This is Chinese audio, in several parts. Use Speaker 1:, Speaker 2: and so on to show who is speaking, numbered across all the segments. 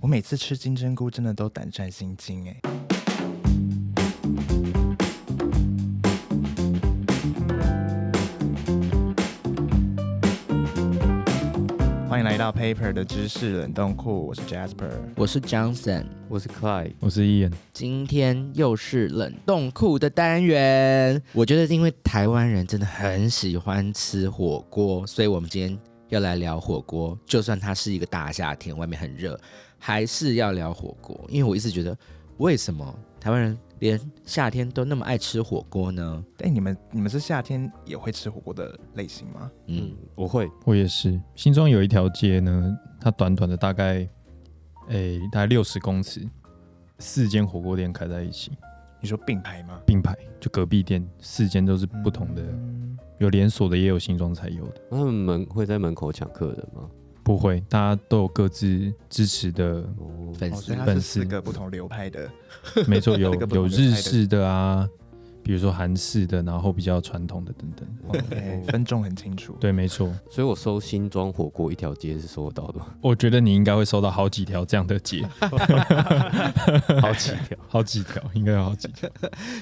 Speaker 1: 我每次吃金针菇真的都胆战心惊哎。欢迎来到 Paper 的知识冷冻库，我是 Jasper。
Speaker 2: 我是 Johnson，
Speaker 3: 我是 Clyde，
Speaker 4: 我是伊人，
Speaker 2: 今天又是冷冻库的单元。我觉得因为台湾人真的很喜欢吃火锅，所以我们今天要来聊火锅。就算它是一个大夏天，外面很热，还是要聊火锅。因为我一直觉得，为什么台湾人连夏天都那么爱吃火锅呢？
Speaker 1: 哎、你们你们是夏天也会吃火锅的类型吗？
Speaker 2: 嗯，，
Speaker 3: 我会，
Speaker 4: 我也是。新庄有一条街呢，它短短的大概，诶、大概六十公尺，四间火锅店开在一起，
Speaker 1: 你说并排吗？
Speaker 4: 并排，就隔壁店四间都是不同的，
Speaker 1: 嗯
Speaker 4: 有连锁的，也有新庄才有的。
Speaker 3: 他们门会在门口抢客人吗？
Speaker 4: 不会，大家都有各自支持的，
Speaker 3: 哦，
Speaker 2: 粉
Speaker 1: 哦，所
Speaker 2: 丝
Speaker 1: 以它是
Speaker 4: 粉
Speaker 1: 四
Speaker 4: 丝
Speaker 1: 个不同流派的。
Speaker 4: 没错，有
Speaker 1: 这个不同
Speaker 4: 有
Speaker 1: 流派的
Speaker 4: 日式的啊，比如说韩式的，然后比较传统的等等。
Speaker 1: OK，分众很清楚。
Speaker 4: 对，没错，
Speaker 3: 所以我搜新庄火锅一条街是搜得到的吗，
Speaker 4: 我觉得你应该会收到好几条这样的街，
Speaker 3: 好几条。
Speaker 4: 好几条，应该 有好几条。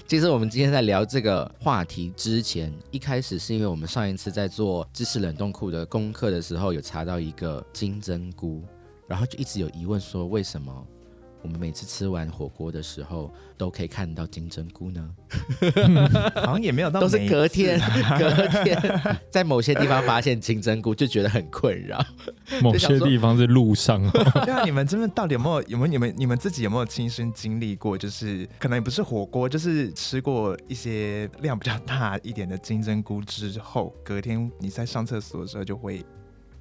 Speaker 2: 其实我们今天在聊这个话题之前，一开始是因为我们上一次在做知识冷冻库的功课的时候，有查到一个金针菇，然后就一直有疑问说，为什么我们每次吃完火锅的时候都可以看到金针菇呢？
Speaker 1: 好像也没有到
Speaker 2: 都是
Speaker 1: 每一
Speaker 2: 隔
Speaker 1: 次
Speaker 2: 天，隔天在某些地方发现金针菇，就觉得很困 扰。
Speaker 4: 某些地方是路上、 哦，
Speaker 1: 对啊，你们真的到底有没有有没有你们你们自己有没有亲身经历过？就是可能也不是火锅，就是吃过一些量比较大一点的金针菇之后，隔天你在上厕所的时候就会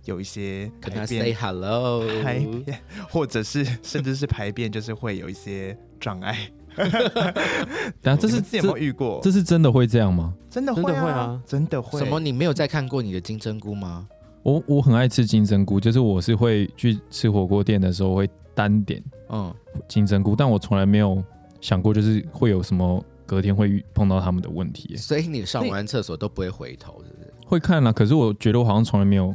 Speaker 1: 有一些
Speaker 2: 跟他
Speaker 1: 排
Speaker 2: say
Speaker 1: 便，
Speaker 2: hello，
Speaker 1: 排便，或者是甚至是排便，就是会有一些障碍。
Speaker 4: 等下这
Speaker 1: 你
Speaker 4: 是
Speaker 1: 们自己有没有
Speaker 4: 这
Speaker 1: 遇过？
Speaker 4: 这是真的会这样吗？
Speaker 1: 真的
Speaker 3: 真
Speaker 1: 会
Speaker 3: 的会啊
Speaker 1: 真的会
Speaker 2: 什么？？你没有再看过你的金针菇吗？
Speaker 4: 我我很爱吃金针菇，就是我是会去吃火锅店的时候会单点
Speaker 2: 嗯，
Speaker 4: 金针菇，但我从来没有想过就是会有什么隔天会遇碰到他们的问题耶，
Speaker 2: 所以你上完厕所都不会回头，是不是？
Speaker 4: 会看啊啦、可是我觉得我好像从来没有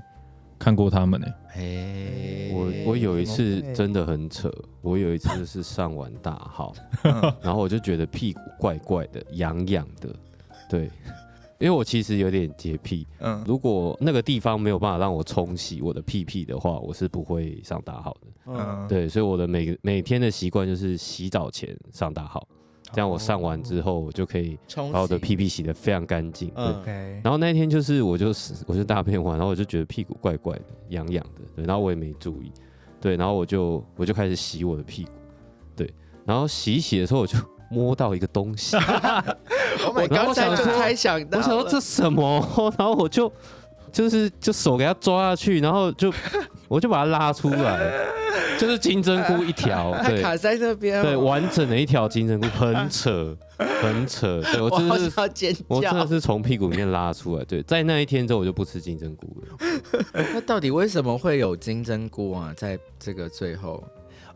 Speaker 4: 看过他们诶、
Speaker 2: 哎，
Speaker 3: 我我有一次
Speaker 1: 怎么会
Speaker 3: 真的很扯，我有一次是上完大号，
Speaker 1: 嗯
Speaker 3: 然后我就觉得屁股怪怪的，痒痒的，对，因为我其实有点洁癖，
Speaker 1: 嗯，
Speaker 3: 如果那个地方没有办法让我冲洗我的屁屁的话，我是不会上大号的。
Speaker 2: 呃
Speaker 1: 嗯，
Speaker 3: 对，所以我的每每天的习惯就是洗澡前上大号，这样我上完之后我就可以
Speaker 2: 冲
Speaker 3: 把我的
Speaker 2: 洗
Speaker 3: 屁屁洗得非常干净。对
Speaker 2: 嗯
Speaker 1: 哦 OK，
Speaker 3: 然后那一天就是我就是我就大便完，然后我就觉得屁股怪怪的、痒痒的，对，然后我也没注意，对，然后我就我就开始洗我的屁股，对，然后洗一洗的时候我就摸到一个东 西，
Speaker 2: 我刚才就猜想
Speaker 3: 我
Speaker 2: 到了，
Speaker 3: 想说这什么，哦 然后我就就是就手给它抓下去，然后就我就把它拉出来，就是金针菇 一条，
Speaker 2: 它
Speaker 3: 对
Speaker 2: 卡在那边，
Speaker 3: 对，
Speaker 2: 我
Speaker 3: 完整的一条金针菇，很扯，很扯，对我
Speaker 2: 我
Speaker 3: 真
Speaker 2: 好
Speaker 3: 的是
Speaker 2: 想要尖
Speaker 3: 我真的
Speaker 2: 叫。
Speaker 3: 是从屁股里面拉出来，对，在那一天之后我就不吃金针菇了。
Speaker 2: 那到底为什么会有金针菇啊？在这个最后，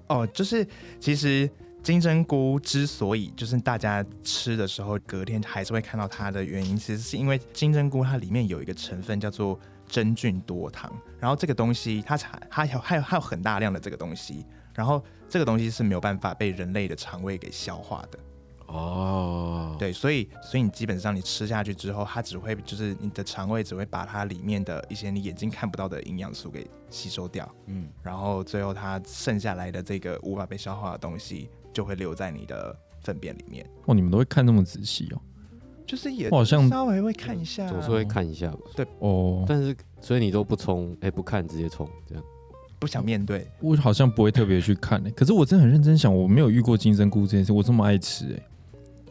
Speaker 1: 哦，就是其实金针菇之所以就是大家吃的时候隔天还是会看到它的原因，其实是因为金针菇它里面有一个成分叫做真菌多糖，然后这个东西它才它有还有还有很大量的这个东西，然后这个东西是没有办法被人类的肠胃给消化的，
Speaker 2: 哦，
Speaker 1: 对，所以所以你基本上你吃下去之后，它只会就是你的肠胃只会把它里面的一些你眼睛看不到的营养素给吸收掉，
Speaker 2: 嗯，
Speaker 1: 然后最后它剩下来的这个无法被消化的东西就会留在你的粪便里面，
Speaker 4: 哦，你们都会看那么仔细哦。
Speaker 1: 就是也
Speaker 4: 我好像嗯
Speaker 1: 稍微会看一下，
Speaker 3: 总是会看一下吧。
Speaker 4: 哦，
Speaker 3: 但是，所以你都不冲，哎、不看直接冲，这样
Speaker 1: 不想面对，
Speaker 4: 我好像不会特别去看诶、可是我真的很认真想，我没有遇过金针菇这件事，我这么爱吃诶、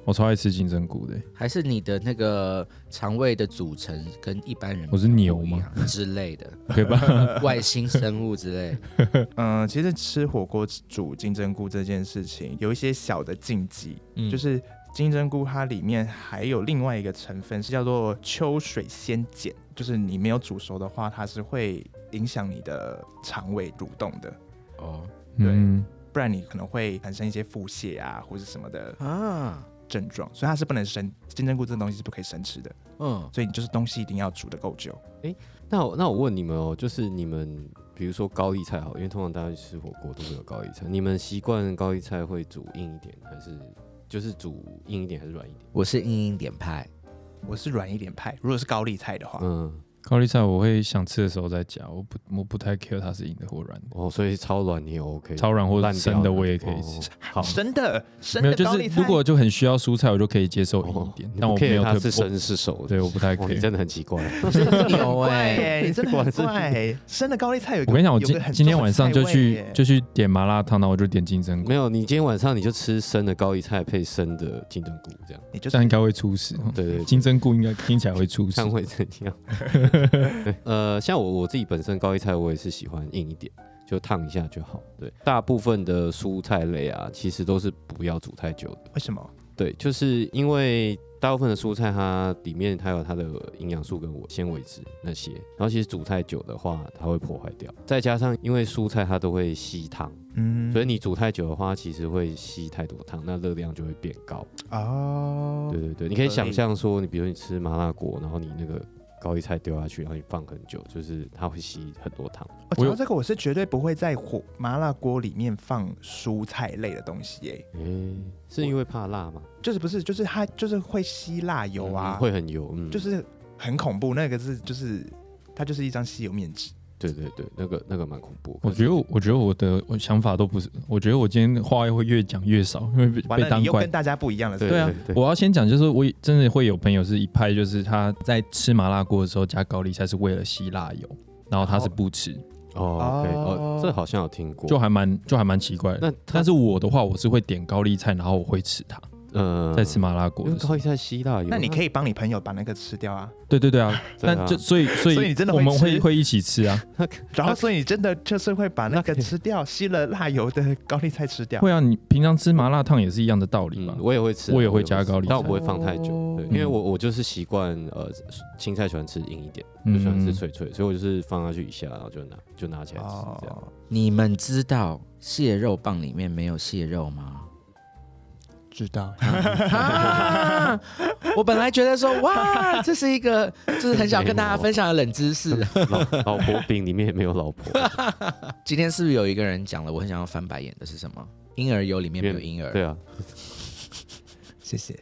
Speaker 4: 我超爱吃金针菇的、欸，
Speaker 2: 还是你的那个肠胃的组成跟一般人
Speaker 4: 我是牛
Speaker 2: 不一
Speaker 4: 吗？
Speaker 2: 样之类 的，
Speaker 4: 可以吧？
Speaker 2: 外星生物之类。
Speaker 1: 嗯、其实吃火锅煮金针菇这件事情有一些小的禁忌，
Speaker 4: 嗯
Speaker 1: 就是金针菇它里面还有另外一个成分是叫做秋水仙碱，就是你没有煮熟的话，它是会影响你的肠胃蠕动的，
Speaker 2: 哦
Speaker 1: 对
Speaker 4: 嗯
Speaker 1: 不然你可能会产生一些腹泻啊或者什么的
Speaker 2: 啊，
Speaker 1: 症状，所以它是不能生金针菇这个东西是不可以生吃的，
Speaker 2: 嗯，
Speaker 1: 所以你就是东西一定要煮的够久。
Speaker 3: 那我那我问你们哦，就是你们比如说高丽菜好，因为通常大家去吃火锅都会有高丽菜，你们习惯高丽菜会煮硬一点，还是就是煮硬一点还是软一点？
Speaker 2: 我是硬硬点派，
Speaker 1: 我是软一点派，如果是高丽菜的话，
Speaker 3: 嗯，
Speaker 4: 高丽菜我会想吃的时候再加，我不我不太 care 它是硬的或软的，
Speaker 3: 哦，所以超软你也 OK，
Speaker 4: 超软或
Speaker 3: 烂掉
Speaker 4: 者生的我也可以吃。
Speaker 3: 哦好，
Speaker 1: 生的生
Speaker 4: 没
Speaker 1: 的
Speaker 4: 有，就
Speaker 1: 高
Speaker 4: 是
Speaker 1: 丽菜，
Speaker 4: 如果就很需要蔬菜，我就可以接受硬一
Speaker 3: 哦
Speaker 4: 点，
Speaker 3: 你
Speaker 4: 但
Speaker 3: 不
Speaker 4: 我没
Speaker 3: care
Speaker 4: 有
Speaker 3: 它
Speaker 4: 特
Speaker 3: 是
Speaker 4: 别，
Speaker 3: 生是熟
Speaker 4: 我
Speaker 3: 的，
Speaker 4: 对，我不太
Speaker 3: 哇，
Speaker 4: 可
Speaker 3: 你
Speaker 4: 以。
Speaker 3: 真的很奇怪。
Speaker 2: 有哎、
Speaker 1: 哎，你真的
Speaker 3: 果
Speaker 1: 很
Speaker 3: 然是
Speaker 1: 怪，生的高丽菜有个
Speaker 4: 我跟你讲，我
Speaker 1: 有
Speaker 4: 今
Speaker 1: 个很
Speaker 4: 今天
Speaker 1: 重的
Speaker 4: 晚上
Speaker 1: 菜
Speaker 4: 就
Speaker 1: 味
Speaker 4: 去
Speaker 1: 耶
Speaker 4: 就去点麻辣烫，然后我就点金针菇
Speaker 3: 没，有，你今天晚上你就吃生的高丽菜配生的金针菇这样，
Speaker 1: 你就
Speaker 4: 这样应该会出事。
Speaker 3: 对对对
Speaker 4: 金针菇应该听起来会出事
Speaker 3: 嗯看。会怎样。对呃，像我我自己本身高丽菜，我也是喜欢硬一点，就烫一下就好。对，大部分的蔬菜类啊，其实都是不要煮太久的。
Speaker 1: 为什么？
Speaker 3: 对，就是因为大部分的蔬菜它里面它有它的营养素跟我纤维质那些，然后其实煮太久的话，它会破坏掉。再加上因为蔬菜它都会吸汤，
Speaker 1: 嗯
Speaker 3: 所以你煮太久的话，其实会吸太多汤，那热量就会变高。
Speaker 1: 哦，
Speaker 3: 对对对，你可以
Speaker 1: 合
Speaker 3: 想
Speaker 1: 理
Speaker 3: 象说，你比如你吃麻辣锅，然后你那个高丽菜丢下去，然后你放很久，就是它会吸很多汤。
Speaker 1: 哦
Speaker 4: 我
Speaker 1: 讲
Speaker 4: 有
Speaker 1: 到这个，我是绝对不会在火麻辣锅里面放蔬菜类的东西耶，
Speaker 3: 诶、是因为怕辣吗？
Speaker 1: 就是不是就是它就是会吸辣油啊，
Speaker 3: 嗯会很油，嗯，
Speaker 1: 就是很恐怖，那个是就是它就是一张吸油面纸，
Speaker 3: 对对对，那个那个蛮恐怖。
Speaker 4: 我觉得我，我觉得我的我想法都不是，我觉得我今天话会越讲越少，因为被
Speaker 1: 完了
Speaker 4: 被
Speaker 1: 你
Speaker 4: 当
Speaker 1: 又
Speaker 4: 怪
Speaker 1: 跟。大家不一样了，
Speaker 3: 对
Speaker 1: 是
Speaker 4: 对啊，我要先讲，就是我真的会有朋友是一派，就是他在吃麻辣锅的时候加高丽菜是为了吸辣油，然后他是不吃，
Speaker 3: 哦，OK，
Speaker 1: 哦
Speaker 3: 哦，这好像有听过。
Speaker 4: 就还蛮就还蛮奇怪的。
Speaker 3: 那它
Speaker 4: 但是我的话，我是会点高丽菜，然后我会吃它，
Speaker 3: 呃
Speaker 4: 在吃麻辣锅
Speaker 3: 因为
Speaker 4: 的时候。
Speaker 3: 高丽菜吸辣
Speaker 1: 不
Speaker 3: 油，
Speaker 1: 是那你可
Speaker 3: 以，
Speaker 1: 以帮你朋友把那个吃掉啊，
Speaker 4: 对对对啊，
Speaker 3: 对啊
Speaker 4: 但就所以所
Speaker 1: 所以
Speaker 4: 以
Speaker 1: 你真的
Speaker 4: 我
Speaker 1: 会
Speaker 4: 们会
Speaker 1: 吃
Speaker 4: 会一 起吃啊，
Speaker 1: 然后所以你真的就是会把那
Speaker 3: 那可
Speaker 1: 个
Speaker 3: 以
Speaker 1: 吃掉，吸了辣油的高丽菜吃 掉。
Speaker 4: 会啊，你平常吃麻辣烫也是一样的道理吧
Speaker 3: 嗯，？我也会吃啊，
Speaker 4: 我也会加高丽
Speaker 3: 但
Speaker 4: 菜
Speaker 3: 我不会放太久，对，因为
Speaker 4: 嗯
Speaker 3: 我我就是习惯呃青菜喜欢吃硬一点，
Speaker 4: 嗯
Speaker 3: 就喜欢吃脆脆，所以我就是放下去一下，然后就拿就拿起来吃这样。
Speaker 1: 哦，
Speaker 2: 你们知道蟹肉棒里面没有蟹肉吗？
Speaker 1: 知道。
Speaker 2: 啊！我本来觉得说，哇，这是一个就是很想跟大家分享的冷知识。
Speaker 3: 老老婆饼里面也没有老婆，
Speaker 2: 今天是不是有一个人讲了，我很想要翻白眼的是什么？婴儿油里面没有婴儿。
Speaker 3: 对啊，
Speaker 1: 谢谢。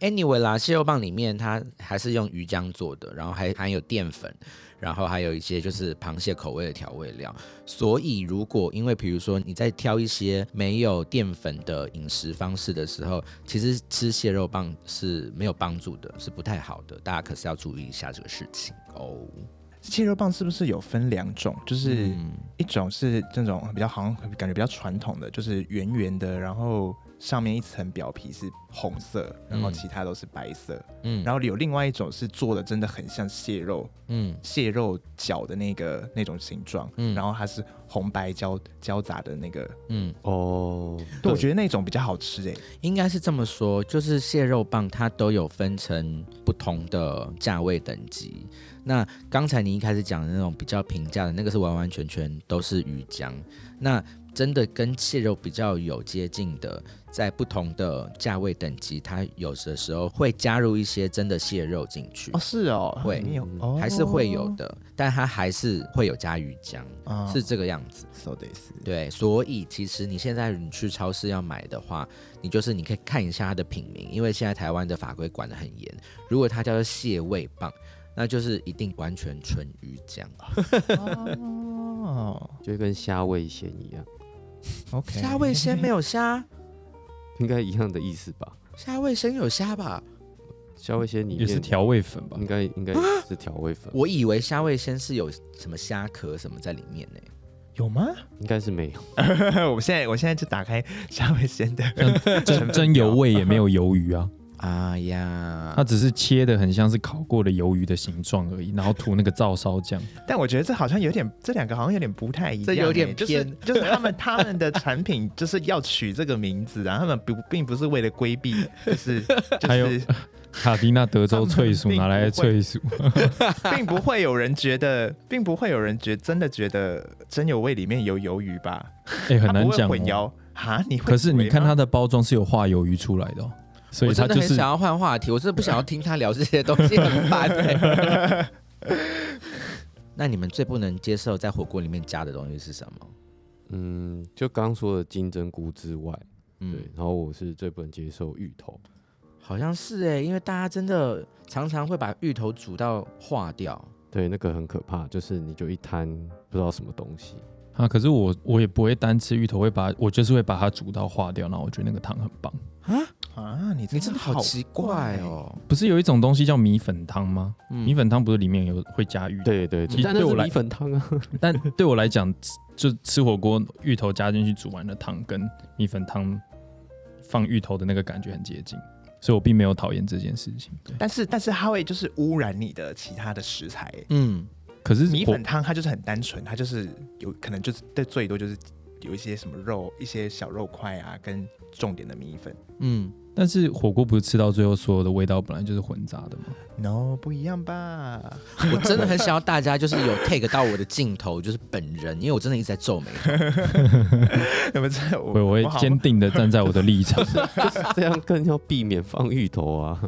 Speaker 2: Anyway 啦，蟹肉棒里面它还是用鱼浆做的，然后还含有淀粉，然后还有一些就是螃蟹口味的调味料。所以如果因为比如说你在挑一些没有淀粉的饮食方式的时候，其实吃蟹肉棒是没有帮助的，是不太好的。大家可是要注意一下这个事情哦。
Speaker 1: 蟹肉棒是不是有分两种？就是
Speaker 2: 嗯
Speaker 1: 一种是这种比较好像感觉比较传统的，就是圆圆的，然后上面一层表皮是红色，然后
Speaker 2: 嗯
Speaker 1: 其他都是白色。
Speaker 2: 嗯
Speaker 1: 然后有另外一种是做的真的很像蟹肉，
Speaker 2: 嗯
Speaker 1: 蟹肉饺的那个那种形状，
Speaker 2: 嗯
Speaker 1: 然后它是红白交交杂的那个。
Speaker 2: 嗯，
Speaker 3: 哦，
Speaker 1: 对，我觉得那种比较好吃欸诶、
Speaker 2: 应该是这么说，就是蟹肉棒它都有分成不同的价位等级。那刚才你一开始讲的那种比较平价的那个是完完全全都是鱼浆，那真的跟蟹肉比较有接近的，在不同的价位等级，它有的时候会加入一些真的蟹肉进去
Speaker 1: 哦，，是哦，
Speaker 2: 会
Speaker 1: 你有
Speaker 3: 嗯
Speaker 1: 哦，
Speaker 2: 还是会有的，但它还是会有加鱼浆，
Speaker 1: 啊
Speaker 2: 是这个样子。
Speaker 1: so this。
Speaker 2: 对，所以其实你现在你去超市要买的话，你就是你可以看一下它的品名，因为现在台湾的法规管得很严。如果它叫做蟹味棒，那就是一定完全纯鱼浆。
Speaker 1: 哦
Speaker 3: 就跟虾味鲜一样，
Speaker 1: ，OK，
Speaker 2: 虾味鲜没有虾，
Speaker 3: 应该一样的意思吧？
Speaker 2: 虾味鲜有虾吧？
Speaker 3: 虾味鲜里
Speaker 4: 也
Speaker 3: 面
Speaker 4: 是，调味粉吧
Speaker 3: 应？该应该是调味粉，
Speaker 2: 我以为虾味鲜是有什么虾壳什么在里面呢、
Speaker 1: 有吗？
Speaker 3: 应该是没有。
Speaker 1: 我现在我现在就打开虾味鲜的 成
Speaker 4: 真
Speaker 1: 分
Speaker 4: 真油
Speaker 1: 表
Speaker 4: 味也没 有鱿鱼啊，
Speaker 2: 哎呀
Speaker 4: 它，只是切的很像是烤过的鱿鱼的形状而已，然后涂那个照烧酱。
Speaker 1: 但我觉得这好像有点，这两个好像有点不太一样欸，
Speaker 2: 这有点偏
Speaker 1: 就是、就是他们他们的产品就是要取这个名字啊，他们不并不是为了规避， 就是就
Speaker 4: 还有
Speaker 1: 是
Speaker 4: 卡迪娜德州脆薯拿来脆薯，
Speaker 1: 并不会有人觉得， 并不会有人觉真的觉得真有味里面有鱿鱼吧，
Speaker 4: 哎、
Speaker 1: 他
Speaker 4: 很难
Speaker 1: 不会
Speaker 4: 讲、
Speaker 1: 混
Speaker 4: 哦。
Speaker 1: 淆，哈，你会
Speaker 4: 可是你
Speaker 1: 鬼
Speaker 4: 看
Speaker 1: 吗
Speaker 4: 它的包装是有画鱿鱼出来的、哦，所以
Speaker 2: 我
Speaker 4: 它
Speaker 2: 真的
Speaker 4: 就
Speaker 2: 很
Speaker 4: 是
Speaker 2: 想要换话题，我真的不想要听他聊这些东西，很烦、欸 那你们最不能接受在火锅里面加的东西是什么？
Speaker 3: 嗯，就刚说的金针菇之外，对，
Speaker 2: 嗯，
Speaker 3: 然后我是最不能接受芋头，
Speaker 2: 好像是哎、因为大家真的常常会把芋头煮到化掉。
Speaker 3: 对，那个很可怕，就是你就一摊不知道什么东西，
Speaker 4: 啊。可是我我也不会单吃芋头，会把我就是会把它煮到化掉，然后我觉得那个汤很棒。
Speaker 1: 啊，你
Speaker 2: 你
Speaker 1: 真
Speaker 2: 真
Speaker 1: 的
Speaker 2: 的好奇怪，哦，
Speaker 4: 不是有一种东西叫米粉汤吗？
Speaker 1: 欸
Speaker 2: 嗯
Speaker 4: 米粉汤不是里面有会加芋头？
Speaker 3: 对对
Speaker 4: 其
Speaker 3: 对，
Speaker 4: 实
Speaker 3: 但那
Speaker 4: 对我
Speaker 3: 是
Speaker 4: 来
Speaker 3: 米粉汤 啊，
Speaker 4: 但对我来讲，吃就吃火锅芋头加进去煮完的汤跟米粉汤放芋头的那个感觉很接近，所以我并没有讨厌这件事情。对，
Speaker 1: 但是但是它会就是污染你的其他的食材。
Speaker 2: 嗯，
Speaker 4: 可是
Speaker 1: 米
Speaker 4: 我
Speaker 1: 粉汤它就是很单纯，它就是有可能就是最最多就是有一些什么肉，一些小肉块啊，跟重点的米粉。
Speaker 2: 嗯，
Speaker 4: 但是火锅不是吃到最后所有的味道本来就是混杂的吗？
Speaker 1: No，不一样吧？
Speaker 2: 我真的很想要大家就是有 take 到我的镜头，就是本人，因为我真的一直在皱眉。
Speaker 1: 那么这
Speaker 4: 会
Speaker 1: 我
Speaker 4: 我会
Speaker 1: 好
Speaker 4: 坚定的站在我的立场。
Speaker 3: 这样更要避免放芋头啊。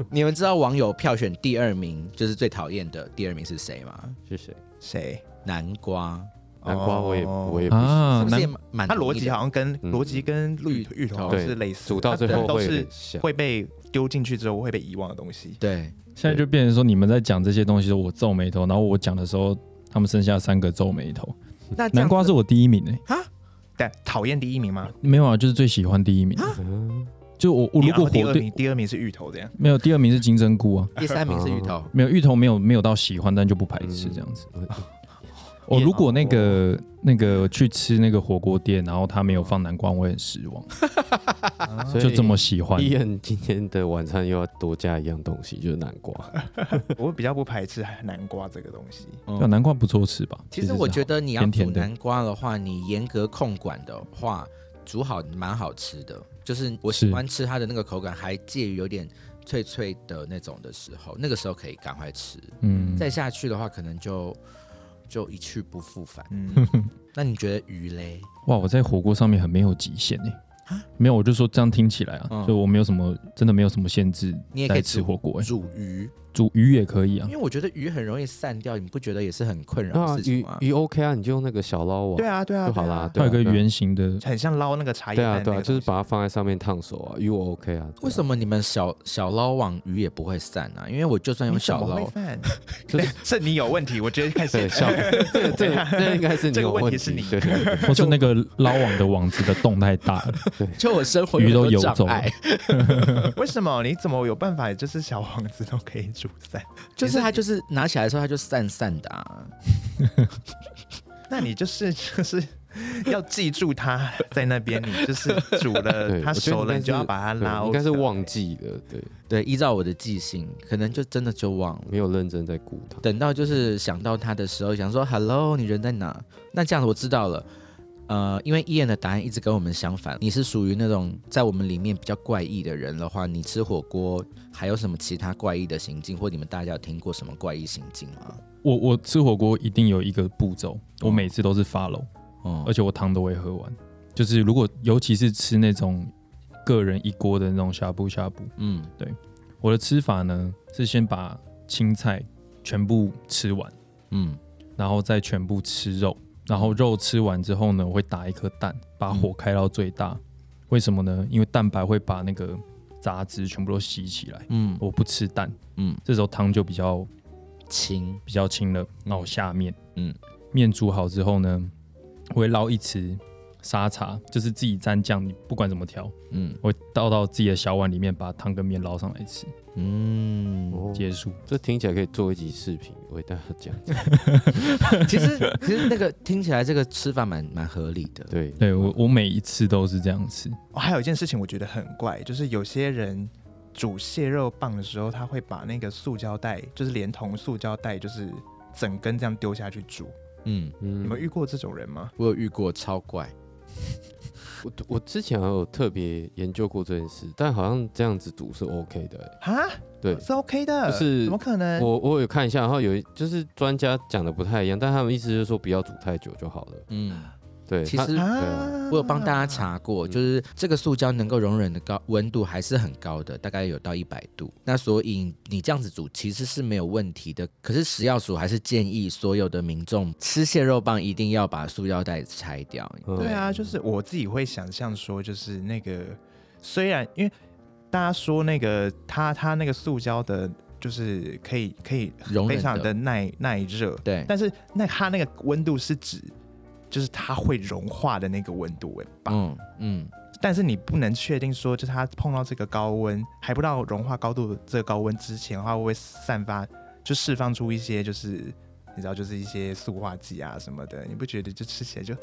Speaker 2: 你们知道网友票选第二名就是最讨厌的第二名是谁吗？
Speaker 3: 谢谢。
Speaker 1: 谁？
Speaker 2: 南瓜，
Speaker 3: 南瓜我也、
Speaker 1: 哦
Speaker 3: 我也不行，
Speaker 4: 啊，
Speaker 2: 是不是
Speaker 4: 南
Speaker 2: 也蛮蛮
Speaker 1: 它逻
Speaker 2: 同意
Speaker 1: 辑
Speaker 2: 的
Speaker 1: 好像跟
Speaker 3: 嗯
Speaker 1: 逻辑跟芋芋头好像
Speaker 3: 对
Speaker 1: 是类似的，
Speaker 3: 煮到最
Speaker 1: 它
Speaker 3: 后
Speaker 1: 啊都
Speaker 3: 会有点
Speaker 1: 是
Speaker 3: 像
Speaker 1: 会被丢进去之后会被遗忘的东西。
Speaker 2: 对，
Speaker 4: 现在就变成说你们在讲这些东西的时候，我皱眉头，然后我讲的时候，他们剩下三个皱眉头。
Speaker 2: 那这样
Speaker 4: 南瓜
Speaker 2: 子
Speaker 4: 是我第一名诶、
Speaker 1: 但讨厌第一名吗？
Speaker 4: 没有啊，就是最喜欢第一名。
Speaker 3: 嗯，
Speaker 4: 就我我如
Speaker 1: 然后
Speaker 4: 果火
Speaker 2: 啊
Speaker 1: 第二
Speaker 4: 对
Speaker 1: 名，第二名是芋头 这样。
Speaker 4: 没有第二名是金针菇啊，
Speaker 2: 第三名是芋头，
Speaker 4: 没有芋头没有没有到喜欢，但就不排斥这样
Speaker 2: 嗯
Speaker 4: 子。
Speaker 3: 嗯
Speaker 4: 我、如果那个
Speaker 2: 哦
Speaker 4: 那个去吃那个火锅店，然后他没有放南瓜，我会很失望。
Speaker 3: 所以
Speaker 4: 就这么喜欢，
Speaker 3: 伊恩今天的晚餐又要多加一样东西，就是南瓜。
Speaker 1: 哎我比较不排斥南瓜这个东西。
Speaker 2: 嗯
Speaker 4: 对啊南瓜不错吃吧？
Speaker 2: 其实我
Speaker 4: 是
Speaker 2: 觉得你要
Speaker 4: 甜
Speaker 2: 煮
Speaker 4: 甜的
Speaker 2: 南瓜的话，你严格控管的话，煮好蛮好吃的。就是我喜
Speaker 4: 是
Speaker 2: 欢吃它的那个口感，还介于有点脆脆的那种的时候，那个时候可以赶快吃。
Speaker 4: 嗯，
Speaker 2: 再下去的话，可能就就一去不复返。
Speaker 1: 嗯，
Speaker 2: 那你觉得鱼嘞？
Speaker 4: 哇，我在火锅上面很没有极限哎、没有，我就说这样听起来啊，
Speaker 2: 嗯
Speaker 4: 就我没有什么，真的没有什么限制。
Speaker 2: 你也可以
Speaker 4: 在吃火锅、欸，
Speaker 2: 煮鱼，
Speaker 4: 煮鱼也可以啊
Speaker 2: 因为。我觉得鱼很容易散掉，你不觉得也是很困扰
Speaker 3: 那
Speaker 2: 的事情
Speaker 3: 鱼
Speaker 2: 吗？
Speaker 3: 鱼 OK 啊，你就用那个小捞网
Speaker 1: 对啊，对啊，
Speaker 3: 就好
Speaker 1: 对啊
Speaker 3: 啦。
Speaker 4: 它
Speaker 3: 对
Speaker 4: 有
Speaker 3: 啊
Speaker 4: 一个
Speaker 3: 对啊
Speaker 4: 圆 形的，
Speaker 1: 很像捞那个茶叶
Speaker 3: 对啊，
Speaker 1: 蛋那
Speaker 3: 对啊，
Speaker 1: 个
Speaker 3: 就
Speaker 1: 东
Speaker 3: 是
Speaker 1: 西
Speaker 3: 把它放在上面烫手啊，鱼我 OK 啊。
Speaker 2: 为什
Speaker 3: 么？
Speaker 2: 么你们小小捞网鱼也不会散啊？因为我就算用
Speaker 1: 你怎
Speaker 2: 小
Speaker 1: 么
Speaker 2: 捞
Speaker 1: 会，犯？
Speaker 3: 就
Speaker 1: 对 是你有问题，我觉得开始
Speaker 3: 对，小这个这个这个应该是你
Speaker 1: 这个
Speaker 3: 有
Speaker 1: 问
Speaker 3: 问
Speaker 1: 题是你
Speaker 3: 对对对
Speaker 4: 或是那个捞网的网子的洞太大 了，
Speaker 2: 就我生活
Speaker 4: 鱼
Speaker 2: 有
Speaker 4: 都
Speaker 2: 很
Speaker 4: 游
Speaker 2: 多障
Speaker 4: 走了
Speaker 2: 碍。
Speaker 1: 为什么？你怎么有办法？就是小王子都可以煮散，
Speaker 2: 就是它就是拿起来的时候它就散散的啊。
Speaker 1: 那你就是 就是要记住他在那边，你就是煮了
Speaker 3: 对
Speaker 1: 它
Speaker 3: 我觉得
Speaker 1: 熟了，
Speaker 3: 应该
Speaker 1: 你就要
Speaker 3: 是
Speaker 1: 把它
Speaker 3: 对
Speaker 1: 捞。
Speaker 3: 应该是忘，记了，对，
Speaker 2: 对，依照我的记性，可能就真的就忘了。
Speaker 3: 没有认真在顾它。
Speaker 2: 等到就是想到他的时候，想说 “hello，你人在哪？”那这样子我知道了。呃，因为伊恩的答案一直跟我们相反，你是属于那种在我们里面比较怪异的人的话，你吃火锅还有什么其他怪异的行径，或你们大家有听过什么怪异行径吗？
Speaker 4: 我我吃火锅一定有一个步骤，我
Speaker 2: 嗯
Speaker 4: 每次都是 follow，、而
Speaker 2: 哦，
Speaker 4: 且我汤都会喝完。就是如果尤其是吃那种个人一锅的那种呷哺呷哺，
Speaker 2: 嗯，
Speaker 4: 我的吃法呢是先把青菜全部吃完，
Speaker 2: 嗯
Speaker 4: 然后再全部吃肉，然后肉吃完之后呢，我会打一颗蛋，把火开到最大。为什么呢？因为蛋白会把那个杂质全部都吸起来。
Speaker 2: 嗯
Speaker 4: 我不吃蛋，
Speaker 2: 嗯，
Speaker 4: 这时候汤就比较
Speaker 2: 亲，
Speaker 4: 比较清了。那我下面，
Speaker 2: 嗯
Speaker 4: 嗯，面煮好之后呢，我会捞一匙沙茶，就是自己蘸酱，你不管怎么调，
Speaker 2: 嗯
Speaker 4: 我会倒到自己的小碗里面，把汤跟面捞上来吃，
Speaker 2: 嗯，
Speaker 4: 结束。
Speaker 3: 这听起来可以做一集视频，我为大家讲。
Speaker 2: 其实其实那个听起来这个吃法蛮蛮合理的，
Speaker 3: 对，
Speaker 4: 对我，我每一次都是这样吃。
Speaker 1: 哦还有一件事情我觉得很怪，就是有些人煮蟹肉棒的时候，他会把那个塑胶袋，就是连同塑胶袋，就是整根这样丢下去煮。
Speaker 2: 嗯，
Speaker 1: 你
Speaker 3: 嗯
Speaker 1: 们遇过这种人吗？
Speaker 2: 我有遇过超怪，
Speaker 3: 我我之前好像有特别研究过这件事，但好像这样子煮是 OK 的欸、
Speaker 1: 啊，
Speaker 3: 对
Speaker 1: 是 OK 的，
Speaker 3: 就是
Speaker 1: 怎么可
Speaker 2: 呃
Speaker 1: 能？
Speaker 3: 我我有看一下，然后有一就是专家讲的不太一样，但他们意思就是说不要煮太久就好了。
Speaker 2: 嗯，
Speaker 3: 对，
Speaker 2: 其
Speaker 3: 它
Speaker 2: 实
Speaker 1: 啊
Speaker 2: 我有帮大家查
Speaker 1: 嗯
Speaker 2: 过，就是这个塑胶能够容忍的高温度还是很高的，大概有到一百度。那所以你这样子煮其实是没有问题的。可是食药署还是建议所有的民众吃蟹肉棒一定要把塑胶袋拆 掉。
Speaker 3: 嗯
Speaker 1: 对啊，就是我自己会想象说，就是那个虽然因为大家说那个它它那个塑胶的，就是可以可以
Speaker 2: 容
Speaker 1: 非
Speaker 2: 忍
Speaker 1: 常
Speaker 2: 的
Speaker 1: 的耐耐热，
Speaker 2: 对，
Speaker 1: 但是那它那个温度是指就是它会融化的那个温度哎、吧
Speaker 2: 嗯 嗯，
Speaker 1: 但是你不能确定说，就是它碰到这个高温还不到融化高度的这个高温之前的话，会不会散发就释放出一些就是你知道就是一些塑化剂啊什么的，你不觉得就吃起来就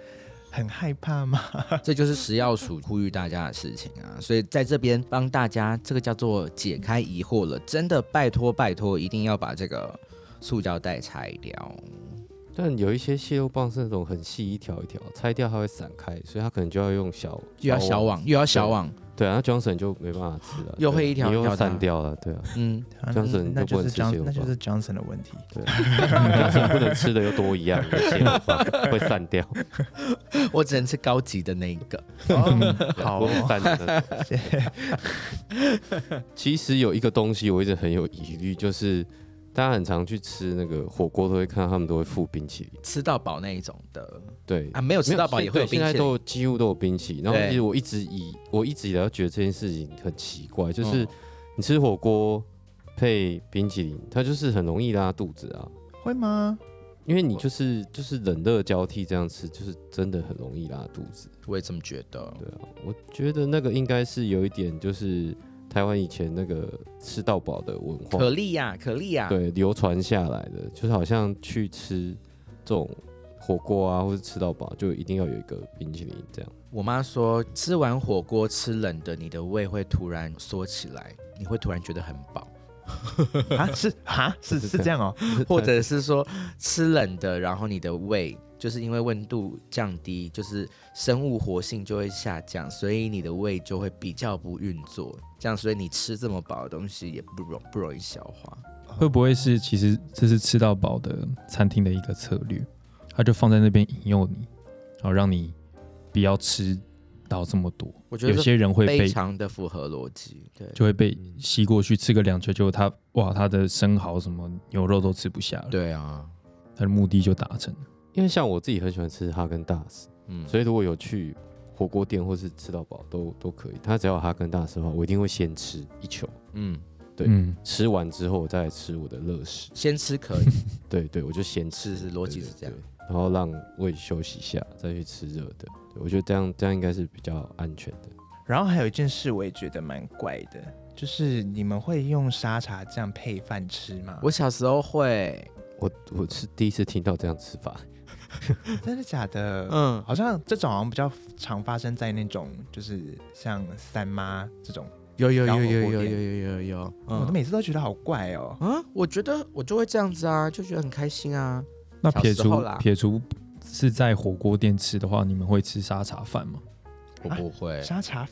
Speaker 1: 很害怕吗？
Speaker 2: 这就是食药署呼吁大家的事情啊。所以在这边帮大家，这个叫做解开疑惑了。真的拜托拜托，一定要把这个塑胶袋拆掉。
Speaker 3: 但有一些蟹肉棒是那种很细一条一条，拆掉它会散开，所以它可能就要用小，啊
Speaker 2: 又要小。网，又要小网，
Speaker 3: 对啊，那 Johnson 就没办法吃了，
Speaker 2: 又
Speaker 3: 对
Speaker 2: 会一条
Speaker 3: 你
Speaker 2: 一条
Speaker 3: 又
Speaker 2: 的
Speaker 3: 散掉了，对啊
Speaker 2: 嗯，
Speaker 3: Johnson
Speaker 1: 那
Speaker 3: 就不
Speaker 1: 就是
Speaker 3: 能
Speaker 1: Johnson，
Speaker 3: 吃蟹肉
Speaker 1: 那就
Speaker 3: 棒
Speaker 1: 是 Johnson 的问题。
Speaker 3: 对，Johnson 啊不能吃的又多一样，蟹肉棒 会散掉，
Speaker 2: 我只能吃高级的那一个。
Speaker 1: 哦
Speaker 3: 对
Speaker 1: 好
Speaker 3: 不会
Speaker 1: 哦，
Speaker 3: 散的那 种。 其实有一个东西我一直很有疑虑，就是大家很常去吃那个火锅，都会看到他们都会附冰淇淋，
Speaker 2: 吃到饱那一种的
Speaker 3: 对
Speaker 2: 啊，没有吃到饱
Speaker 3: 没
Speaker 2: 也
Speaker 3: 有
Speaker 2: 会有
Speaker 3: 现
Speaker 2: 冰
Speaker 3: 在
Speaker 2: 淇
Speaker 3: 现在
Speaker 2: 淋。
Speaker 3: 都几乎都有冰淇淋。然后
Speaker 2: 对
Speaker 3: 其实我一直以我一直以来都觉得这件事情很奇怪，就是
Speaker 2: 嗯
Speaker 3: 你吃火锅配冰淇淋，它就是很容易拉肚子啊，
Speaker 1: 会吗？
Speaker 3: 因为你就是就是冷热交替这样吃，就是真的很容易拉肚子。
Speaker 2: 我也这么觉得。
Speaker 3: 对啊，我觉得那个应该是有一点就是台湾以前那个吃到饱的文化，
Speaker 2: 可丽呀，可丽啊呀，
Speaker 3: 对流传下来的，就是好像去吃这种火锅啊，或者吃到饱，就一定要有一个冰淇淋这样。
Speaker 2: 我妈说吃完火锅吃冷的，你的胃会突然缩起来，你会突然觉得很饱，
Speaker 1: 啊，是啊，是是这样哦。
Speaker 2: 或者是说吃冷的，然后你的胃就是因为温度降低，就是生物活性就会下降，所以你的胃就会比较不运作，这样所以你吃这么饱的东西也不容不容易消化。
Speaker 4: 会不会是其实这是吃到饱的餐厅的一个策略？他就放在那边引诱你，然后让你不要吃到这么多。
Speaker 2: 我觉得
Speaker 4: 有
Speaker 2: 这
Speaker 4: 些人会
Speaker 2: 非
Speaker 4: 被
Speaker 2: 常的符合逻辑，对，
Speaker 4: 就会被吸过去，吃个两球，结果他哇，他的生蚝什么牛肉都吃不下了，
Speaker 2: 对啊，
Speaker 4: 他的目的就达成了。
Speaker 3: 因为像我自己很喜欢吃哈根达斯，
Speaker 2: 嗯，
Speaker 3: 所以如果有去火锅店或是吃到饱都都可以。它只要有哈根达斯的话，我一定会先吃一球，
Speaker 2: 嗯，
Speaker 3: 对
Speaker 4: 嗯，
Speaker 3: 吃完之后我再来吃我的乐食。
Speaker 2: 先吃可以，
Speaker 3: 对对，我就先吃，
Speaker 2: 是是逻辑
Speaker 3: 对
Speaker 2: 是这样
Speaker 3: 对。然后让胃休息一下，再去吃热的。对我觉得这样这样应该是比较安全的。
Speaker 1: 然后还有一件事，我也觉得蛮怪的，就是你们会用沙茶酱配饭吃吗？
Speaker 2: 我小时候会，
Speaker 3: 我我是第一次听到这样吃法，
Speaker 1: 真的假的？
Speaker 2: 嗯，
Speaker 1: 好像这种好像比较常发生在那种，就是像三妈这种，
Speaker 2: 有有
Speaker 1: 小
Speaker 2: 有
Speaker 1: 火
Speaker 2: 有
Speaker 1: 锅
Speaker 2: 有有
Speaker 1: 店
Speaker 2: 有有有，
Speaker 1: 我都
Speaker 2: 嗯，
Speaker 1: 每次都觉得好怪哦。
Speaker 3: 嗯
Speaker 2: 啊，我觉得我就会这样子啊，就觉得很开心啊。
Speaker 4: 那
Speaker 2: 小
Speaker 4: 撇
Speaker 2: 时
Speaker 4: 除
Speaker 2: 候啦
Speaker 4: 撇除是在火锅店吃的话，你们会吃沙茶饭吗？
Speaker 2: 我
Speaker 1: 啊
Speaker 2: 不会，
Speaker 1: 沙茶